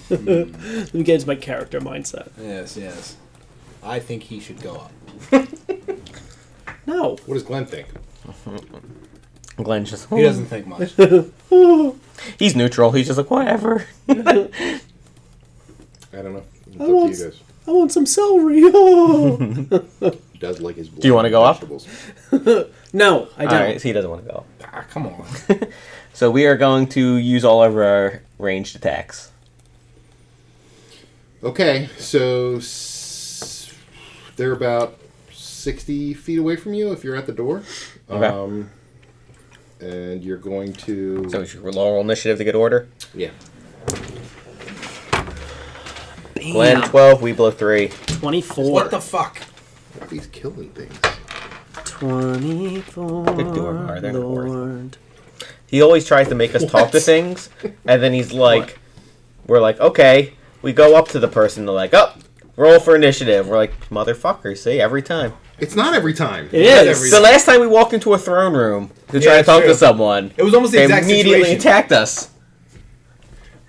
S3: Let me get into my character mindset.
S5: Yes, yes. I think he should go up.
S3: No.
S1: What does Glenn think?
S2: Glenn's just.
S5: He doesn't think much.
S2: He's neutral. He's just like whatever.
S1: I don't know. It's
S3: I
S1: up to
S3: want-
S1: you guys.
S3: I want some celery. Oh.
S1: He does like his.
S2: Do you wanna go up?
S3: no, I
S2: All
S3: don't.
S2: right, so he doesn't want to go.
S5: ah, come on.
S2: So we are going to use all of our ranged attacks.
S1: Okay, so s- they're about sixty feet away from you if you're at the door,
S2: Okay.
S1: um, and you're going to.
S2: so we should roll initiative to get order.
S1: yeah.
S2: Glenn twelve, we blow three.
S3: 24.
S5: What the fuck?
S1: Why are these killing things?
S3: 24.
S2: Good door, are there no words?
S3: Lord.
S2: He always tries to make us talk to things, and then he's like, "We're like, okay." We go up to the person. They're like, "Up, roll for initiative." We're like, "Motherfucker!" See, every time.
S1: It's not every time.
S3: It is.
S1: Every
S2: The last time we walked into a throne room to try
S5: Yeah,
S2: to talk
S5: true.
S2: to someone,
S5: It was almost the
S2: they
S5: exact
S2: immediately
S5: situation.
S2: attacked us.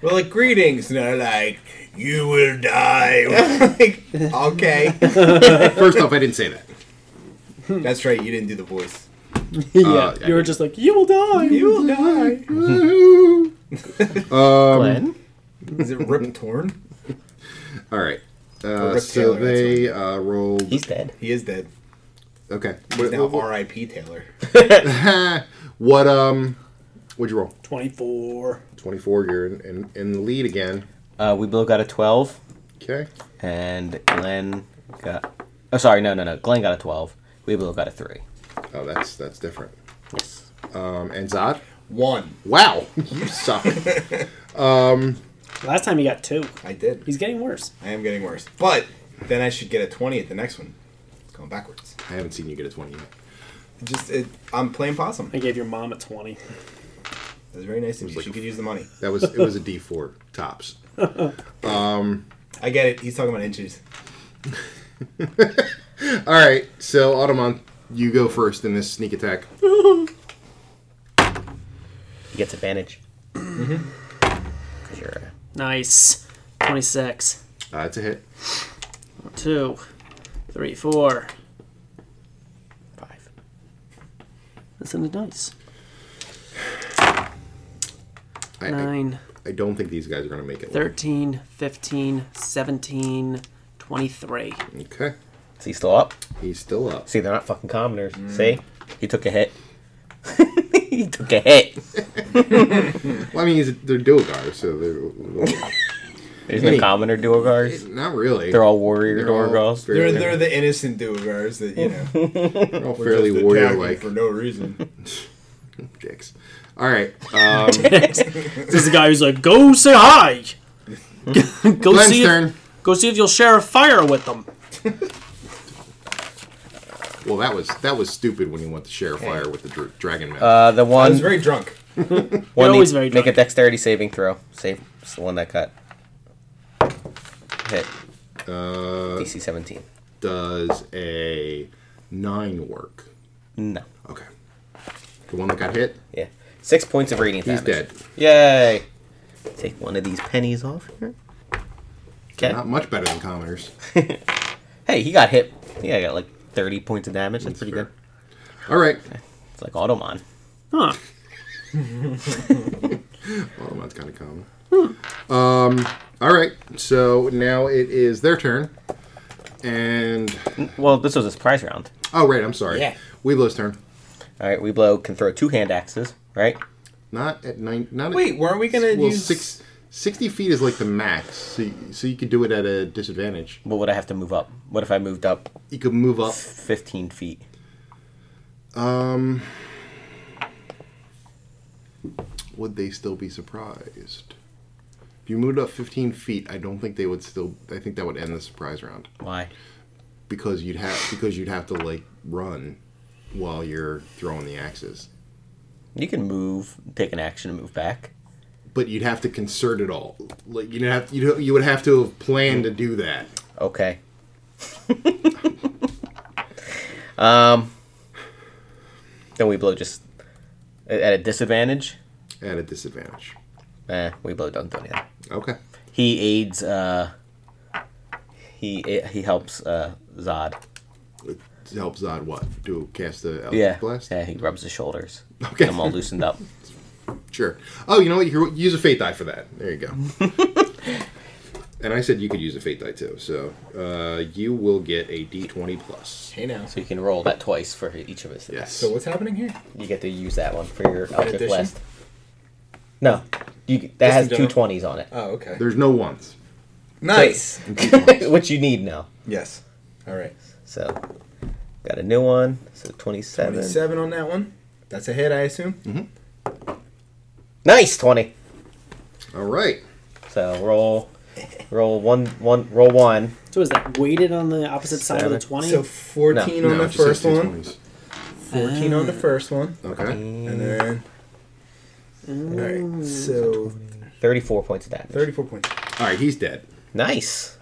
S5: We're like, greetings. And they're like, you will die. We're like, okay.
S1: First off, I didn't say that.
S5: That's right. You didn't do the voice.
S3: yeah,
S1: Uh,
S3: you were just like, you will die.
S5: You will die.
S1: Woo!
S2: Glenn?
S5: Is it Rip Torn?
S1: Um, All right.
S5: Or
S1: Uh,
S5: Rip
S1: so
S5: Taylor,
S1: they uh, rolled.
S2: He's dead.
S5: He is dead.
S1: okay.
S5: He's
S1: What,
S5: now
S1: what,
S5: R.I.P. Taylor.
S1: what, um? What'd you roll?
S3: 24.
S1: Twenty four. You're in, in, in the lead again.
S2: Uh, we both got a 12,
S1: Okay.
S2: and Glenn got. Oh, sorry, no, no, no. Glenn got a 12. We both got a 3.
S1: Oh, that's that's different.
S2: Yes.
S1: Um, and Zod.
S5: One.
S1: Wow, you suck.
S3: Last time he got two.
S5: I did.
S3: He's getting worse.
S5: I am getting worse. But then I should get a 20 at the next one. It's going backwards.
S1: I haven't seen you get a twenty yet.
S5: Just it, I'm playing possum.
S3: I gave your mom a 20.
S5: That's very nice of you. She could use the money.
S1: That was it. Was a D four tops.
S5: I get it. He's talking about inches.
S1: All right. So Automon, you go first in this sneak attack.
S2: He gets advantage. Mm-hmm. Because you're.
S3: Nice. 26.
S1: Uh, it's a hit.
S3: Two, three, four.
S2: a 5.
S3: That's in the dice.
S1: I, I,
S3: Nine,
S1: I don't think these guys are gonna make it.
S3: 13, 15, 17, 23.
S1: Okay.
S2: Is he still up?
S1: He's still up.
S2: See, they're not fucking commoners. See? He took a hit. he took a hit.
S1: Well, I mean, he's, they're duogar, so they're
S2: There's
S1: Hey.
S2: no commoner duo guards.
S1: not really.
S2: They're all warrior
S1: They're all
S2: duo girls.
S1: very-
S5: They're, they're the innocent duogars that, you know,
S1: They're all
S5: were
S1: fairly
S5: just
S1: warrior-like
S5: attacking for no reason.
S1: dicks. All right. Um,
S3: this is the guy who's like, go say hi. go
S1: Glenn's
S3: see
S1: turn.
S3: If, go see if you'll share a fire with them.
S1: Well, that was that was stupid when you went to share fire with the dra- dragon man.
S2: Uh, the
S5: I
S2: one,
S5: was very drunk.
S2: one
S3: always
S2: needs
S3: very
S2: make a
S3: drunk.
S2: dexterity saving throw. Save it's the one that got hit.
S1: Uh,
S2: DC 17.
S1: does a nine work?
S2: No.
S1: Okay. The one that got hit,
S2: Yeah. Six points of radiant
S1: he's
S2: damage.
S1: dead.
S2: Yay! Take one of these pennies off here. Okay.
S1: Not much better than commoners.
S2: Hey, he got hit. Yeah, I got like 30 points of damage. That's pretty
S1: fair.
S2: good.
S1: All right.
S2: It's like Automon.
S3: Huh.
S1: Well, that's kind of common.
S5: Hmm.
S1: Um. All right. So now it is their turn, and
S2: Well, this was a surprise round.
S1: oh, right. I'm sorry.
S5: Yeah.
S1: Weeblo's turn.
S2: All right, Weeblow can throw two hand axes, right?
S1: Not at nine. Not at-
S5: Wait, weren't we going to
S1: well,
S5: use...
S1: six, 60 feet is like the max, so you, so you could do it at a disadvantage.
S2: What would I have to move up? What if I moved up
S1: You could move up.
S2: 15 feet?
S1: Um, would they still be surprised? If you moved up 15 feet, I don't think they would still. I think that would end the surprise round
S2: Why?
S1: because you'd have because you'd have to like run while you're throwing the axes.
S2: You can move, take an action, and move back.
S1: But you'd have to concert it all. Like you'd have you you would have to have planned to do that.
S2: Okay. um. Then we blow just at a disadvantage.
S1: At a disadvantage.
S2: Eh, we blow doesn't do anything.
S1: Okay.
S2: He aids. Uh, he he helps uh, Zod.
S1: It helps Zod what? Do cast the Eldritch
S2: Yeah,
S1: Blast?
S2: yeah. He rubs his shoulders.
S1: Okay.
S2: Get him all loosened up.
S1: Sure. Oh, you know what? You could use a fate die for that. There you go. and I said you could use a fate die too. So uh, you will get a d20 plus.
S5: Hey, now.
S2: So you can roll that twice for each of his.
S1: Yes.
S5: So what's happening here?
S2: You get to use that one for your Eldritch
S5: addition?
S2: Blast. No, you that
S5: in
S2: has two
S5: general?
S2: twenties on it,
S5: Oh, okay.
S1: There's no ones.
S5: Nice.
S2: which you need now.
S5: Yes. All right.
S2: So, got a new one. So 27.
S5: 27 on that one. That's a hit, I assume.
S2: Nice 20.
S1: All right.
S2: So roll, roll one, one, roll one.
S3: So is that weighted on the opposite side of the
S2: Seven.
S3: 20?
S5: So 14 on
S1: No,
S5: the
S1: it just says
S5: first one.
S1: 220s.
S5: 14 on the first one.
S1: Okay.
S5: And then... All right. So
S2: 34 points of damage.
S5: 34 points.
S1: All right. He's dead.
S2: Nice.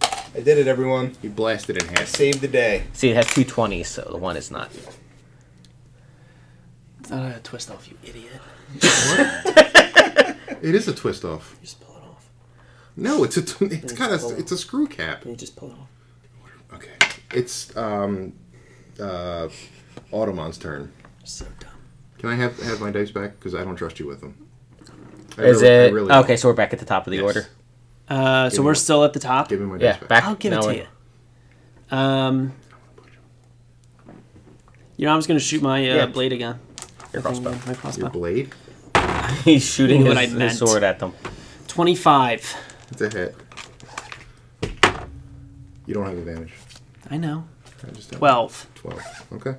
S5: I did it, everyone.
S1: He blasted in half.
S5: Saved the day.
S2: See, it has two 20s, so the one is not.
S3: it's not a twist off, you idiot.
S1: It is a twist off.
S3: You just pull it off.
S1: No, it's a t- it's got a it's a screw cap.
S3: You just pull it off.
S1: Okay. It's um uh Automon's turn.
S3: So dumb.
S1: Can I have have my dice back? Because I don't trust you with them. I
S2: Is
S1: really- I
S2: it
S1: really don't.
S2: okay? So we're back at the top of the
S1: Yes.
S2: order.
S3: Uh, so
S1: Give
S3: we're
S1: me-
S3: still at the top.
S1: Give me my
S2: Yeah,
S1: dice back.
S2: back.
S3: I'll give
S2: now
S3: it to
S2: we're-
S3: you. Um, you know, I'm just gonna shoot my uh,
S2: Yeah.
S3: blade again.
S2: Your
S3: I think,
S2: crossbow.
S3: uh, My crossbow.
S1: Your blade.
S2: He's shooting
S3: What
S2: his,
S3: I
S2: his
S3: meant.
S2: sword at them.
S3: Twenty-five.
S1: It's a hit. You don't have advantage.
S3: I know.
S1: I just don't.
S3: Twelve.
S1: 12. Okay.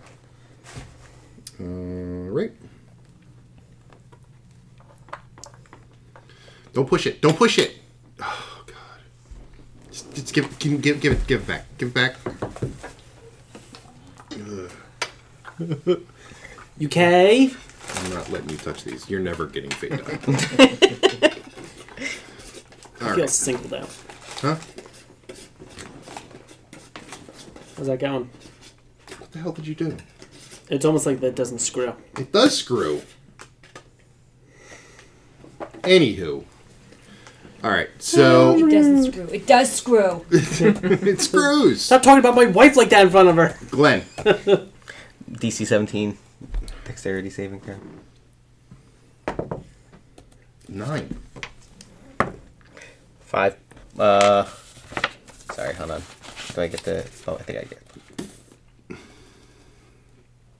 S1: All right. Don't push it. Don't push it. Oh god. Just, just give, give, give, give it, give it back, give it back. Ugh,
S3: You okay?
S1: I'm not letting you touch these. You're never getting fate die. All
S3: I
S1: right.
S3: feel singled out.
S1: Huh?
S3: How's that going?
S1: What the hell did you do?
S3: It's almost like that doesn't screw.
S1: It does screw. Anywho. All right. So
S4: It doesn't screw. It does screw.
S1: it screws.
S3: Stop talking about my wife like that in front of her.
S1: Glenn.
S2: DC 17, dexterity saving throw.
S1: Nine.
S2: Five. Uh, sorry, hold on. Do I get the? Oh, I think I get.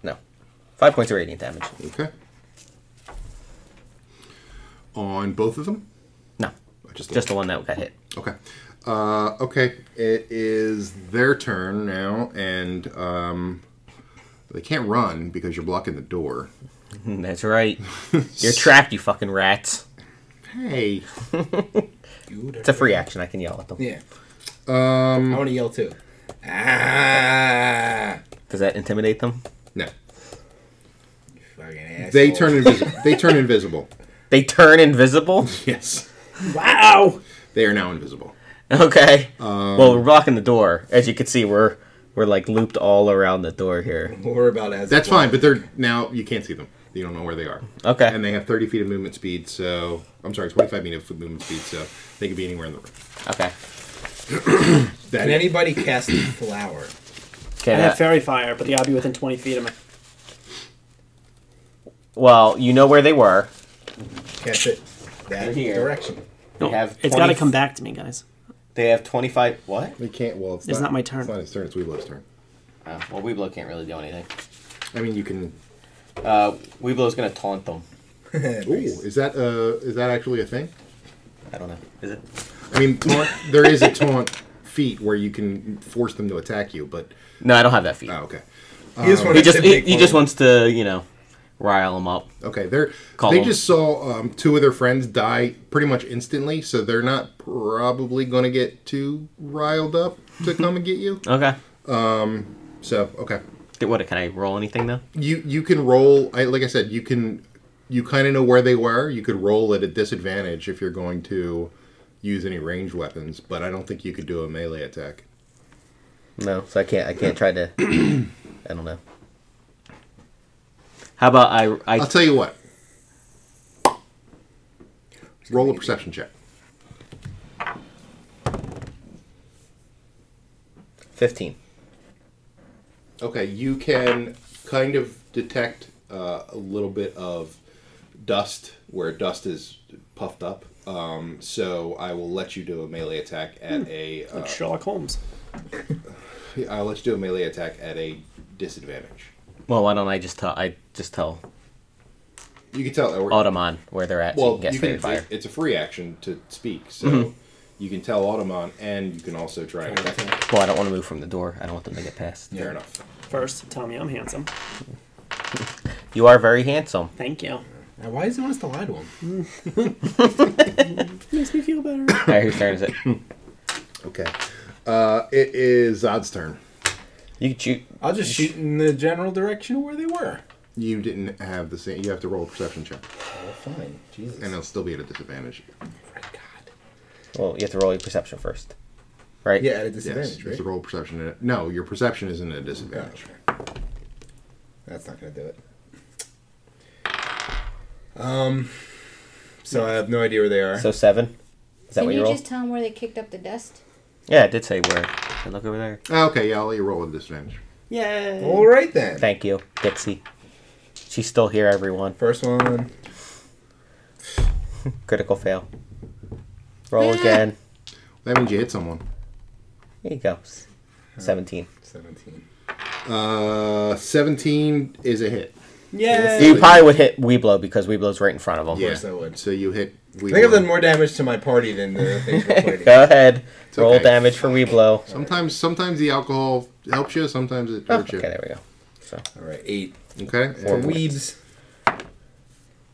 S2: No, five points of radiant damage.
S1: Okay. On both of them?
S2: No,
S1: Or Just,
S2: just the one that got hit.
S1: Okay. Uh, okay. It is their turn now, and um, they can't run because you're blocking the door.
S2: That's right. You're trapped, you fucking rats.
S1: Hey.
S2: It's a free action. I can yell at them.
S5: Yeah. I
S1: Um,
S5: want to yell too. Ah!
S2: Does that intimidate them?
S1: no.
S5: Fucking asshole.
S1: They turn invisible. they turn invisible.
S2: They turn invisible.
S1: Yes.
S3: Wow.
S1: They are now invisible.
S2: Okay. well, we're blocking the door. As you can see, we're we're like looped all around the door here.
S5: Don't worry about it as
S1: That's
S5: it was.
S1: fine, but they're now you can't see them. You don't know where they are.
S2: Okay.
S1: And they have 30 feet of movement speed, so I'm sorry, 25 feet of movement speed, so they could be anywhere in the room.
S2: Okay.
S1: That
S5: Can
S1: is-
S5: anybody cast flower?
S2: Okay.
S3: I have
S2: that-
S3: fairy fire, but they gotta be within 20 feet of me.
S2: well, you know where they were.
S5: Cast it that
S2: Here.
S5: direction.
S3: No,
S2: They have
S3: it's
S2: 20
S3: gotta come back to me, guys.
S2: They have twenty-five. What?
S1: They can't. Well, it's,
S3: It's not my turn.
S1: It's not his turn. It's Weeblo's turn.
S2: Oh, well, Weeblo can't really do anything.
S1: I mean, you can.
S2: Uh, Weeblo's gonna taunt them.
S1: Ooh, is that uh, is that actually a thing?
S2: I don't know. Is it?
S1: I mean, taunt, there is a taunt feat where you can force them to attack you, but
S2: No, I don't have that feat.
S1: oh, okay,
S5: He just,
S2: He
S5: wanted
S2: just
S5: to
S2: he,
S5: make
S2: he
S5: fun
S2: just
S5: of
S2: wants to you know rile them up.
S1: okay. They're
S2: Call
S1: they
S2: them.
S1: just saw um, two of their friends die pretty much instantly, so they're not probably going to get too riled up to come and get you.
S2: Okay.
S1: So okay,
S2: Did- What can I roll anything though?
S1: you you can roll. I like I said, you can you kind of know where they were. You could roll at a disadvantage if you're going to use any range weapons, but I don't think you could do a melee attack.
S2: No, so I can't. I can't try to. I don't know. How about I? I
S1: I'll tell you what. Roll a perception check.
S2: fifteen.
S1: Okay, you can kind of detect uh, a little bit of dust where dust is puffed up. Um, so I will let you do a melee attack at a. Uh,
S3: Like Sherlock Holmes.
S1: I'll let you do a melee attack at a disadvantage.
S2: Well, why don't I just tell? I just tell
S1: You can tell. Or,
S2: Automon where they're at.
S1: well,
S2: so you
S1: you
S2: can get Mm-hmm. fairy
S1: can,
S2: fire.
S1: it- it's a free action to speak, so you can tell Automon, and you can also try and attack. him.
S2: Well, I don't want to move from the door. I don't want them to get past.
S1: Fair enough.
S3: First, tell me I'm handsome.
S2: You are very handsome.
S3: Thank you.
S5: it. Now, why does he want us to lie to him?
S3: Makes me feel better.
S2: All right, whose turn is it?
S1: Okay. Uh, it is Zod's turn.
S2: You can shoot.
S5: I'll just shoot in the general direction of where they were.
S1: You didn't have the same. You have to roll a perception check,
S5: Well, fine. Jesus.
S1: and it'll still be at a disadvantage.
S5: God.
S2: Well, you have to roll your perception first, right?
S5: Yeah, at a
S1: Yes,
S5: disadvantage,
S1: it's a
S5: right?
S1: roll perception. and it- No, your perception isn't at a disadvantage.
S5: Oh, okay. That's not gonna do it. Um. So I have no idea where they are.
S2: So seven. Is that
S4: Can
S2: what
S4: you
S2: you roll?
S4: just tell them where they kicked up the dust?
S2: Yeah, it did say where. So look over there.
S1: Ah, Oh, okay, yeah, I'll let you roll at a disadvantage.
S3: Yay.
S5: All right then.
S2: Thank you, Dixie. She's still here, everyone.
S5: First one.
S2: Critical fail. Roll again.
S1: That means you hit someone.
S2: There you go. S- 17.
S5: 17.
S1: Uh, 17 is a hit.
S3: Yeah.
S2: You probably would hit Weeblow because Weeblow's right in front of him.
S1: Yeah.
S5: course I would.
S1: So you hit.
S5: I think I've done more damage to my party than the things we're fighting.
S2: Go ahead. Roll
S1: okay.
S2: damage for Weeblow.
S1: Sometimes, sometimes the alcohol helps you. Sometimes it
S2: Oh,
S1: hurts
S2: okay, there we go.
S5: All right, 8.
S1: you. Okay.
S5: For
S1: and-
S5: Weebs,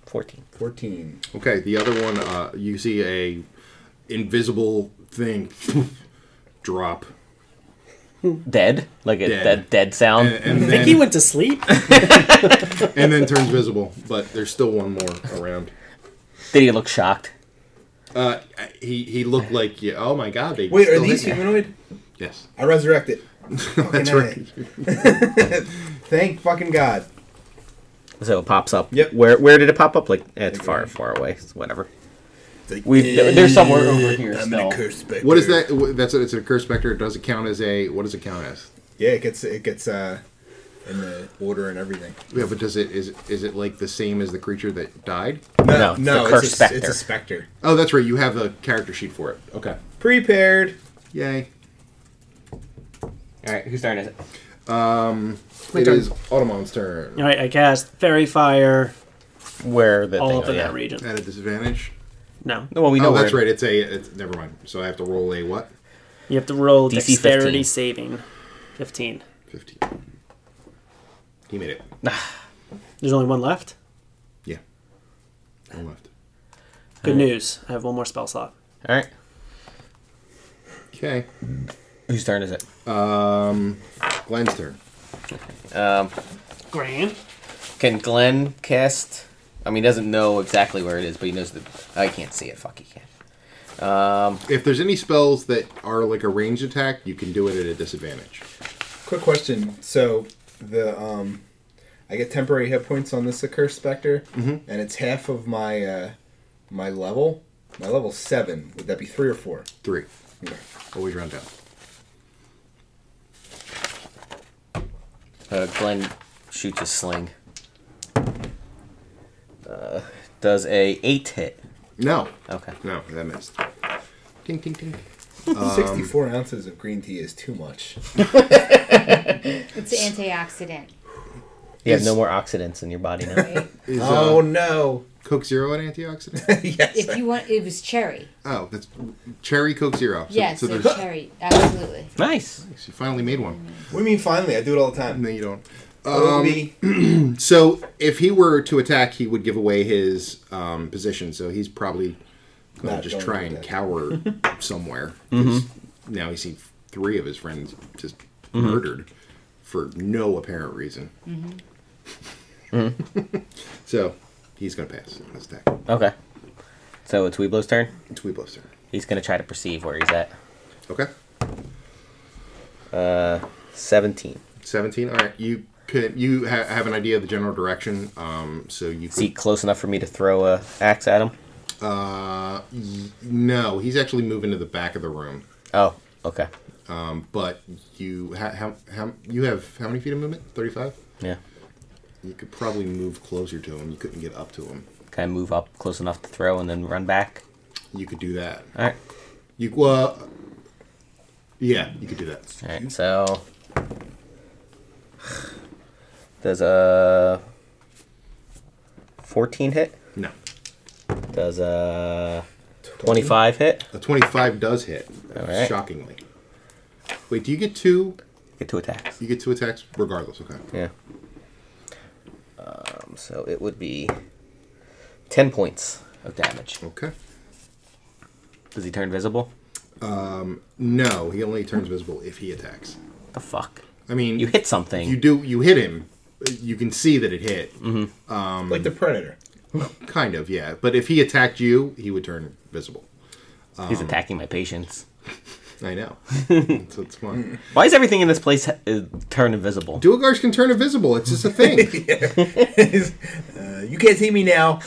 S2: 14.
S5: 14.
S1: Okay, the other one, uh, you see a invisible thing drop,
S2: Dead? Like a
S1: Dead.
S2: dead, dead, sound?
S1: and, and
S3: I think he
S1: then,
S3: went to sleep.
S1: and then turns visible. But there's still one more around.
S2: Did he look shocked?
S1: Uh, he he looked like yeah. Oh my god, they
S5: Wait, are
S1: still
S5: these
S1: hit me.
S5: humanoid?
S1: Yes,
S5: I resurrected.
S1: that's
S5: A.
S1: right.
S5: Thank fucking God.
S2: So it pops up.
S5: Yep.
S2: Where where did it pop up? Like it's far far away. It's whatever.
S5: Like,
S2: We
S5: eh,
S2: there's somewhere over here
S5: I'm
S2: still.
S5: gonna curse back
S1: What is
S5: there.
S1: that? wh- That's a, it's a curse specter. It doesn't count as a. What does it count as?
S5: Yeah, it gets it gets uh, in the order and everything.
S1: Yeah, but does it is it- is it like the same as the creature that died?
S2: No, it's the
S5: it's,
S2: cursed
S5: a, it's
S2: specter.
S5: a specter.
S1: Oh, that's right. You have a character sheet for it. Okay.
S5: Prepared.
S1: Yay.
S2: All right, whose turn is it?
S1: It is Automon's turn
S3: All right, I cast Fairy Fire
S2: Where the
S3: all
S2: thing? oh,
S3: up in
S2: yeah.
S3: that region.
S1: at a disadvantage.
S3: No,
S2: No, well, we know
S1: Oh, that's
S2: where-
S1: right. It's a. It's, never mind. So I have to roll a what?
S3: you have to roll
S2: DC 15.
S3: dexterity saving. Fifteen.
S1: Fifteen. He made it.
S3: There's only one left.
S1: Yeah. One left.
S3: Good news. I have one more spell slot.
S2: All right,
S1: Okay.
S2: whose turn is it?
S1: Um, Glenn's turn.
S3: Grand.
S7: Can Glenn cast? I mean, he doesn't know exactly where it is, but he knows that I can't see it. Fuck, he can't.
S1: If there's any spells that are like a ranged attack, you can do it at a disadvantage.
S5: Quick question. So the um, I get temporary hit points on this accursed specter,
S2: Mm-hmm.
S5: and it's half of my uh, my level. My level seven. Would that be three or four?
S1: Three.
S5: Okay.
S1: Always round down.
S7: Uh, Glenn shoots a sling. Uh,
S2: Uh,
S7: does a eight hit?
S1: No.
S2: Oh,
S7: Okay.
S1: No, that missed. Ding, ding, ding.
S2: Um,
S5: Sixty-four ounces of green tea is too much.
S4: It's an antioxidant.
S2: You have no more oxidants in your body now.
S1: Is
S5: Oh
S1: uh,
S5: no!
S1: Coke Zero an antioxidant?
S5: yes.
S4: If you want, it was cherry.
S1: oh, that's cherry Coke Zero. So,
S4: Yes,
S1: So
S4: it's
S1: there's,
S4: cherry. Absolutely.
S2: nice.
S1: you finally made one.
S5: What do you mean? Finally, I do it all the
S1: And
S5: time. Oh,
S1: then
S2: Mm,
S1: you don't.
S2: um,
S5: Obi,
S1: So if he were to attack, he would give away his um, position. So he's probably going to
S5: Not
S1: just
S5: going
S1: try
S5: with
S1: and
S5: that.
S1: cower somewhere. 'Cause Now he's seen three of his friends just murdered for no apparent reason.
S5: Mm-hmm.
S1: so he's going to pass on his attack.
S2: Okay. So it's Weeblow's turn.
S1: It's Weeblo's turn.
S2: He's gonna try to perceive where he's at.
S1: Okay.
S2: Seventeen.
S1: 17 all right you could you ha- have an idea of the general direction um so you
S2: Is he
S1: could
S2: close enough for me to throw a axe at him?
S1: uh y- no he's actually moving to the back of the room
S2: Oh, okay.
S1: but you ha- how how you have how many feet of movement 35
S2: Yeah.
S1: you could probably move closer to him you couldn't get up to him
S2: Can I move up close enough to throw and then run back?
S1: you could do that
S2: All right.
S1: you well yeah you could do that
S2: All right. So does a fourteen hit?
S1: no
S2: Does a twenty-five hit?
S1: a 25 does hit
S2: All right.
S1: shockingly wait do you get two
S2: Get two attacks.
S1: you get two attacks regardless okay
S2: Yeah. Um, so it would be ten points of damage.
S1: okay
S2: Does he turn visible?
S1: no he only turns visible if he attacks
S2: The fuck!
S1: i mean
S2: You hit something.
S1: you do you hit him you can see that it hit
S2: Mm-hmm.
S5: like the predator.
S1: kind of yeah but if he attacked you he would turn visible
S2: He's attacking my patience.
S1: i know it's, it's fun
S2: Why is everything in this place ha- uh, turn invisible?
S1: duogarsh can turn invisible it's just a thing
S5: Uh, you can't see me now.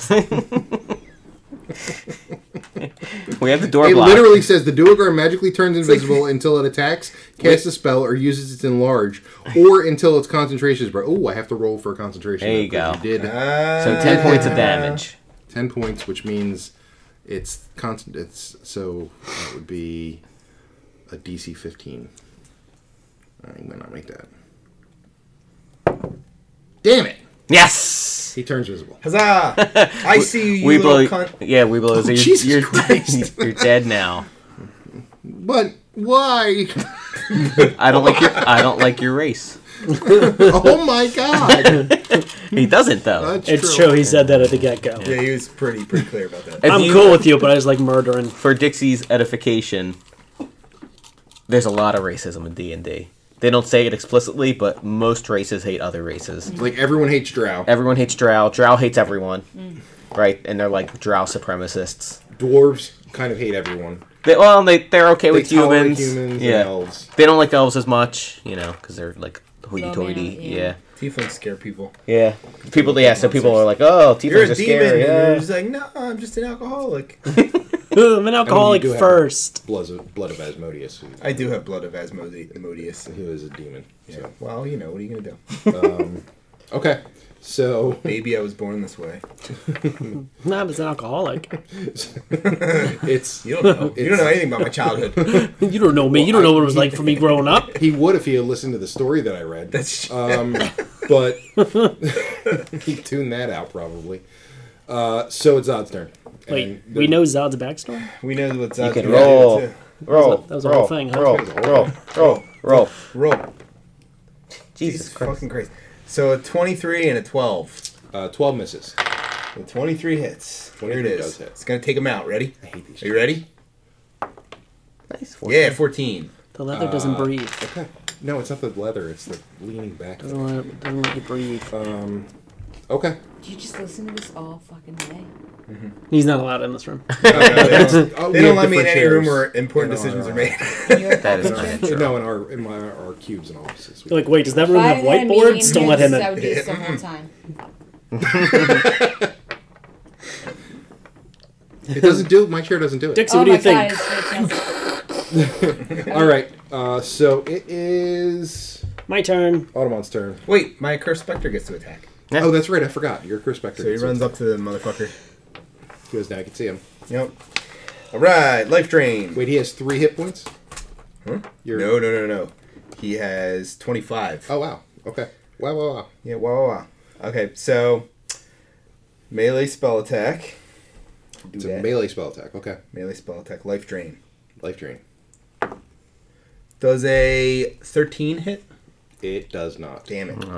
S2: We have the door
S1: It
S2: blocked.
S1: literally says the duergar magically turns invisible until it attacks, casts a spell, or uses its enlarge, or until its concentration is brought. Oh, I have to roll for a concentration.
S2: There you
S1: because
S2: go.
S1: did
S5: Uh,
S2: so ten points of damage.
S1: ten points, which means it's constant. It's so that would be a DC fifteen. I might not make that. Damn it!
S2: Yes.
S1: He turns visible.
S5: Huzzah! I see you, you
S2: we
S5: little
S2: blow.
S5: cunt.
S2: Yeah, we blow. so you're,
S1: Jesus
S2: you're,
S1: Christ.
S2: you're dead now.
S1: But why?
S2: I don't like your. I don't like your race.
S1: oh my god!
S2: He doesn't though.
S1: That's
S3: It's
S1: true.
S3: true. He said that at the get go.
S5: Yeah, he was pretty pretty clear about that.
S2: If
S3: I'm
S2: you-
S3: cool with you, but I just like murdering.
S2: for Dixie's edification, there's a lot of racism in D and D. They don't say it explicitly, but most races hate other races.
S1: Like everyone hates Drow.
S2: Everyone hates Drow. Drow hates everyone,
S4: Mm.
S2: right? And they're like Drow supremacists.
S1: Dwarves kind of hate everyone.
S2: They, well, they they're okay
S1: They
S2: with
S1: tolerate
S2: humans.
S1: humans
S2: yeah,
S1: and elves.
S2: they don't like elves as much, you know, because they're like hoity-toity.
S4: Well, yeah,
S2: yeah,
S5: Tieflings scare people.
S2: yeah. People, yeah. So people are like, "Oh,
S5: You're
S2: tieflings
S5: a
S2: are
S5: demon.
S2: scary."
S5: And you're
S2: Yeah.
S5: just like, no, I'm just an alcoholic.
S3: Ooh, I'm an alcoholic
S1: do have-
S3: first.
S1: Blood of, blood of Asmodeus, who,
S5: I do have blood of Asmode- Asmodeus.
S1: who is a demon.
S5: Yeah. Well, you know, what are you gonna do?
S1: So. Okay. So
S5: Maybe I was born this way.
S3: Nah, but it's an alcoholic.
S1: it's
S5: You don't know. you don't know anything about my childhood.
S3: You don't know me. You don't know what it was like for me growing up.
S1: he would if he had listened to the story that I read.
S5: That's sh-
S1: um, but he tuned that out probably. Uh, so it's Odd's turn.
S3: Wait,
S1: And
S3: we know Zod's backstory.
S5: we know what's out
S2: can
S5: there,
S2: roll.
S5: too.
S2: Roll.
S3: That was the
S2: roll,
S3: whole thing, huh?
S2: Roll. Roll. Roll. Roll.
S5: Roll.
S2: Jesus
S5: Jesus
S2: Christ.
S5: fucking Christ. So a 23 and a 12.
S1: uh, twelve misses.
S5: The 23 hits. Here it
S1: 23
S5: is.
S1: does hit.
S5: It's gonna take him out. Ready?
S1: I hate these.
S5: Are you ready?
S2: Nice.
S5: Yeah, 14.
S3: The leather doesn't breathe.
S1: Okay. No, it's not the leather. It's the leaning back.
S3: Doesn't let, doesn't let you breathe.
S1: Okay.
S4: Do you just listen to this all fucking day?
S3: He's not allowed in this room.
S1: Oh, we
S5: They don't
S1: have
S5: let me in
S1: different
S5: any room
S1: chairs
S5: where important
S1: in
S5: decisions
S1: our,
S5: are made.
S2: That is not
S1: uh,
S2: natural.
S1: No, in our in my our cubes and offices. We-
S3: You're like, wait, does that room have
S4: did I meet
S3: whiteboards? Don't let him
S4: I would
S3: in.
S4: do this the whole time.
S1: It doesn't do. My chair doesn't do it.
S3: Dixie,
S4: oh
S3: what do you
S4: my God,
S3: think?
S4: it's fantastic.
S1: All right. Uh, so it is
S3: My turn.
S1: Automon's turn.
S5: Wait, my cursed specter gets to attack.
S1: Oh, that's right. I forgot. You're Chris Spector.
S5: So he runs up to the motherfucker.
S1: He goes now. I can see him.
S5: Yep. All right, life drain.
S1: Wait, he has three hit points. You're,
S5: No, no, no, no. He has 25.
S1: Oh wow. Okay. Wow. Wow. Wow.
S5: Yeah, wow, wow, wow. Okay, so melee spell attack. Do
S1: It's a
S5: that.
S1: melee spell attack. Okay.
S5: melee spell attack, life drain.
S1: Life drain.
S5: Does a 13 hit?
S1: It does not.
S5: Damn it.
S2: All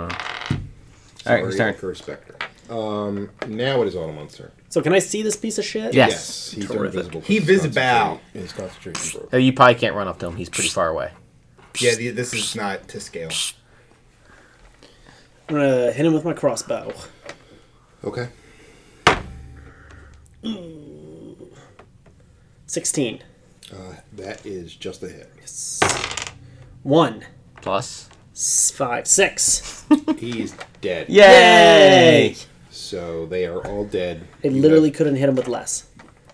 S2: right, who's
S1: Sorry,
S2: turn?
S1: Chris Spector. Um. Now it is Automon's turn.
S3: So can I see this piece of shit?
S2: Yes.
S1: He's
S2: Terrific.
S1: invisible. 'cause
S5: He
S1: his
S5: visible.
S1: concentration- His concentration broke.
S2: Oh, you probably can't run up to him. He's pretty far away.
S5: Yeah, the, this is not to scale.
S3: I'm gonna hit him with my crossbow.
S1: Okay.
S3: 16.
S1: Uh, that is just a hit.
S3: One.
S2: Plus.
S3: s- Five. Six.
S1: He's dead.
S2: Yay!
S1: So they are all dead.
S3: I
S1: You
S3: literally
S1: have-
S3: couldn't hit him with less.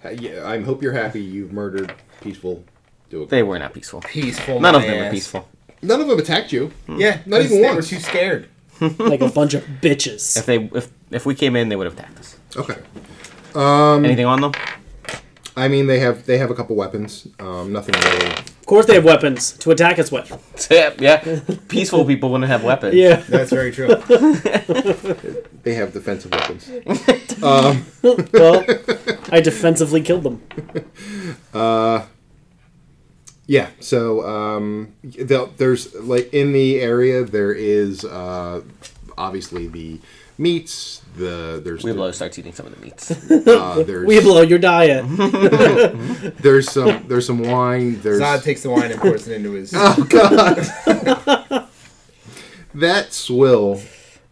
S1: Uh, Yeah, I hope you're happy you've murdered peaceful. Do
S2: They were not peaceful.
S5: Peaceful.
S2: None of
S5: my
S2: them were
S5: ass.
S2: peaceful.
S1: None of them attacked you.
S5: Yeah,
S1: Not
S5: 'cause
S1: even
S5: they were
S1: once.
S5: too scared.
S3: Like a bunch of
S2: If
S3: bitches.
S2: they if if we came in, they would have attacked us.
S1: Okay. Um,
S2: Anything on them?
S1: I mean, they have they have a couple weapons. Um, nothing really.
S3: Of course they have weapons to attack us with.
S2: yeah. Peaceful people wouldn't have weapons.
S3: Yeah.
S5: That's very true.
S1: They have defensive weapons.
S3: Well, I defensively killed them.
S1: Yeah. So um, they'll- there's like in the area there is uh, obviously the meats. The there's
S2: Weeblo starts eating some of the meats.
S1: Uh, there's,
S3: Weeblo, your diet.
S1: there's some there's some wine. There's
S5: Zod takes the wine and pours it into his.
S1: Oh, that swill.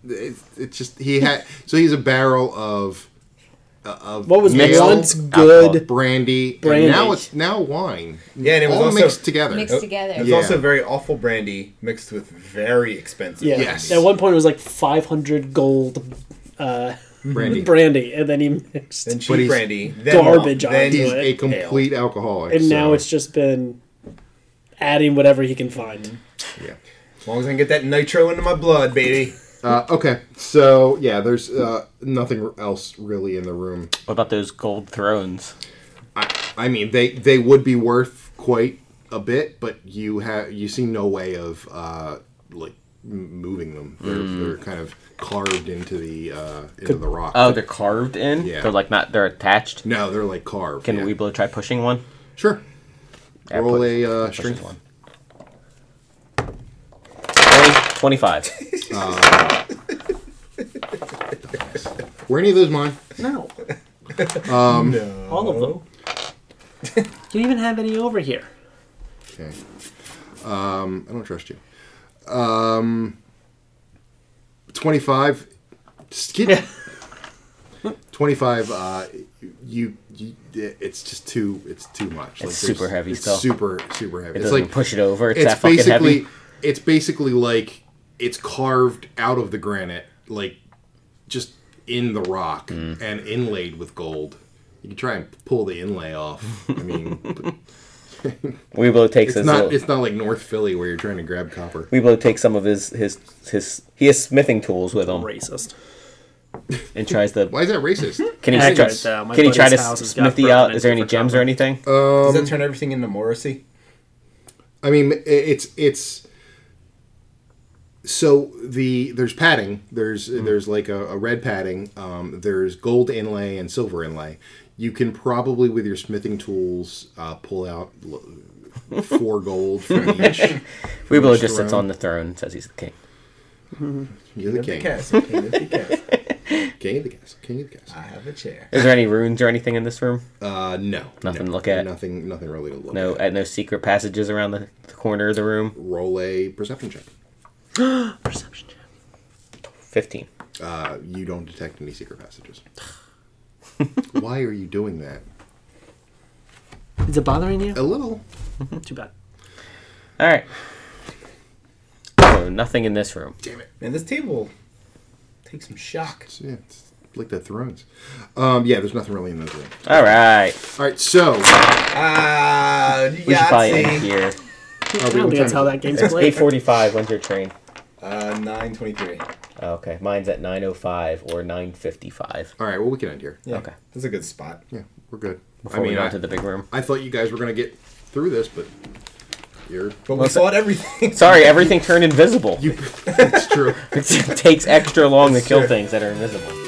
S1: It's it just he had so he's a barrel of uh, of
S3: What was
S1: male
S3: once
S2: alcohol.
S3: good?
S1: brandy,
S3: Brandy.
S1: and now it's now wine.
S5: Yeah, and it was
S1: all
S5: also
S1: mixed together. Oh,
S4: Mixed together.
S5: It's
S1: Yeah.
S5: also very awful brandy mixed with very expensive.
S3: Yeah.
S1: Yes.
S3: At one point, it was like 500 gold uh,
S1: brandy.
S3: brandy, and then he mixed.
S5: Then
S1: But
S5: cheap
S1: he's
S5: brandy, then
S3: garbage
S5: then
S3: onto
S1: He's
S5: he's-
S1: a
S3: it.
S1: complete alcoholic.
S3: and now
S1: so,
S3: it's just been adding whatever he can find.
S1: yeah.
S5: As long as I can get that nitro into my blood, baby.
S1: Uh, okay, so yeah, there's uh, nothing else really in the room.
S2: What about those gold thrones?
S1: I, I mean, they they would be worth quite a bit, but you have you see no way of uh, like m- moving them. They're, they're kind of carved into the uh, into the rock.
S2: Oh, they're carved in.
S1: Yeah.
S2: They're like not. They're attached.
S1: no, they're like carved.
S2: Can
S1: yeah.
S2: we blow try pushing one?
S1: Sure.
S2: Yeah,
S1: Roll
S2: put-
S1: a uh,
S2: pushing
S1: strength one.
S2: 20, 25.
S1: Were any of those mine?
S3: No,
S5: No.
S3: all of them. you don't even have any over here.
S1: Okay. Um, I don't trust you. Um, twenty-five. Just get- Twenty-five. Uh, you, you. It's just too. It's too much.
S2: It's
S1: there's-
S2: super heavy
S1: It's
S2: still.
S1: super super heavy.
S2: It
S1: it's
S2: doesn't
S1: like
S2: push it over. It's,
S1: it's
S2: that fucking
S1: basically.
S2: heavy.
S1: It's basically like it's carved out of the granite, like just in the rock
S2: Mm.
S1: and inlaid with gold. You can try and pull the inlay off. I mean, but
S2: Weebo takes
S1: it's
S2: his.
S1: not.
S2: little-
S1: It's not like North Philly where you're trying to grab copper.
S2: Weebo takes some of his his his. He has smithing tools with him
S3: Racist.
S2: and tries to.
S1: Why is that racist?
S2: Can he
S3: I
S2: try,
S3: got it, though. My
S2: can he try to
S3: buddy's house has got
S2: smithy
S3: broken
S2: out? Is there
S3: into
S2: any
S3: for
S2: gems
S3: copper.
S2: or anything?
S5: Does
S1: Um,
S5: that turn everything into Morrissey?
S1: I mean, i- it's it's. So the there's padding. There's there's like a, a red padding. Um, there's gold inlay and silver inlay. You can probably with your smithing tools uh, pull out l- four gold from each.
S2: Weebo
S1: Pushed
S2: just sits
S1: around.
S2: on the throne and says he's the king.
S1: You're the
S5: The
S1: king.
S5: castle, king of the castle.
S1: King of the castle. King of the castle.
S5: I have a chair.
S2: Is there any runes or anything in this room?
S1: Uh, no,
S2: Nothing
S1: no.
S2: to look at.
S1: Nothing. Nothing really to look
S2: No,
S1: at.
S2: uh, no secret passages around the, the corner of the room.
S1: Roll a perception check.
S3: Perception check.
S2: Fifteen.
S1: Uh, you don't detect any secret passages. Why are you doing that?
S3: Is it bothering you?
S1: A little.
S3: Too bad.
S2: All right. So nothing in this room.
S5: Man, this table takes some shock.
S1: Yeah, it's like the Thrones. Um, yeah, there's nothing really in those room.
S2: All right.
S1: All right, so
S5: Ah,
S2: We should probably
S5: Yahtzee.
S2: end here.
S3: I don't think that's how that game's
S2: It's eight
S3: played.
S2: forty-five. When's your train?
S5: Uh, nine twenty-three.
S2: Oh, okay, mine's at nine oh five or nine fifty-five.
S1: All right, well we can end here.
S5: Yeah,
S2: Okay.
S5: that's a good spot.
S1: Yeah, we're good.
S2: Before
S1: I
S2: we
S1: mean,
S2: go
S1: I,
S2: into the big room.
S1: I thought you guys were gonna get through this, but you're
S5: But we fought everything.
S2: Sorry, everything turned invisible.
S1: you. it's true.
S2: it takes extra long to kill
S5: true.
S2: things that are invisible.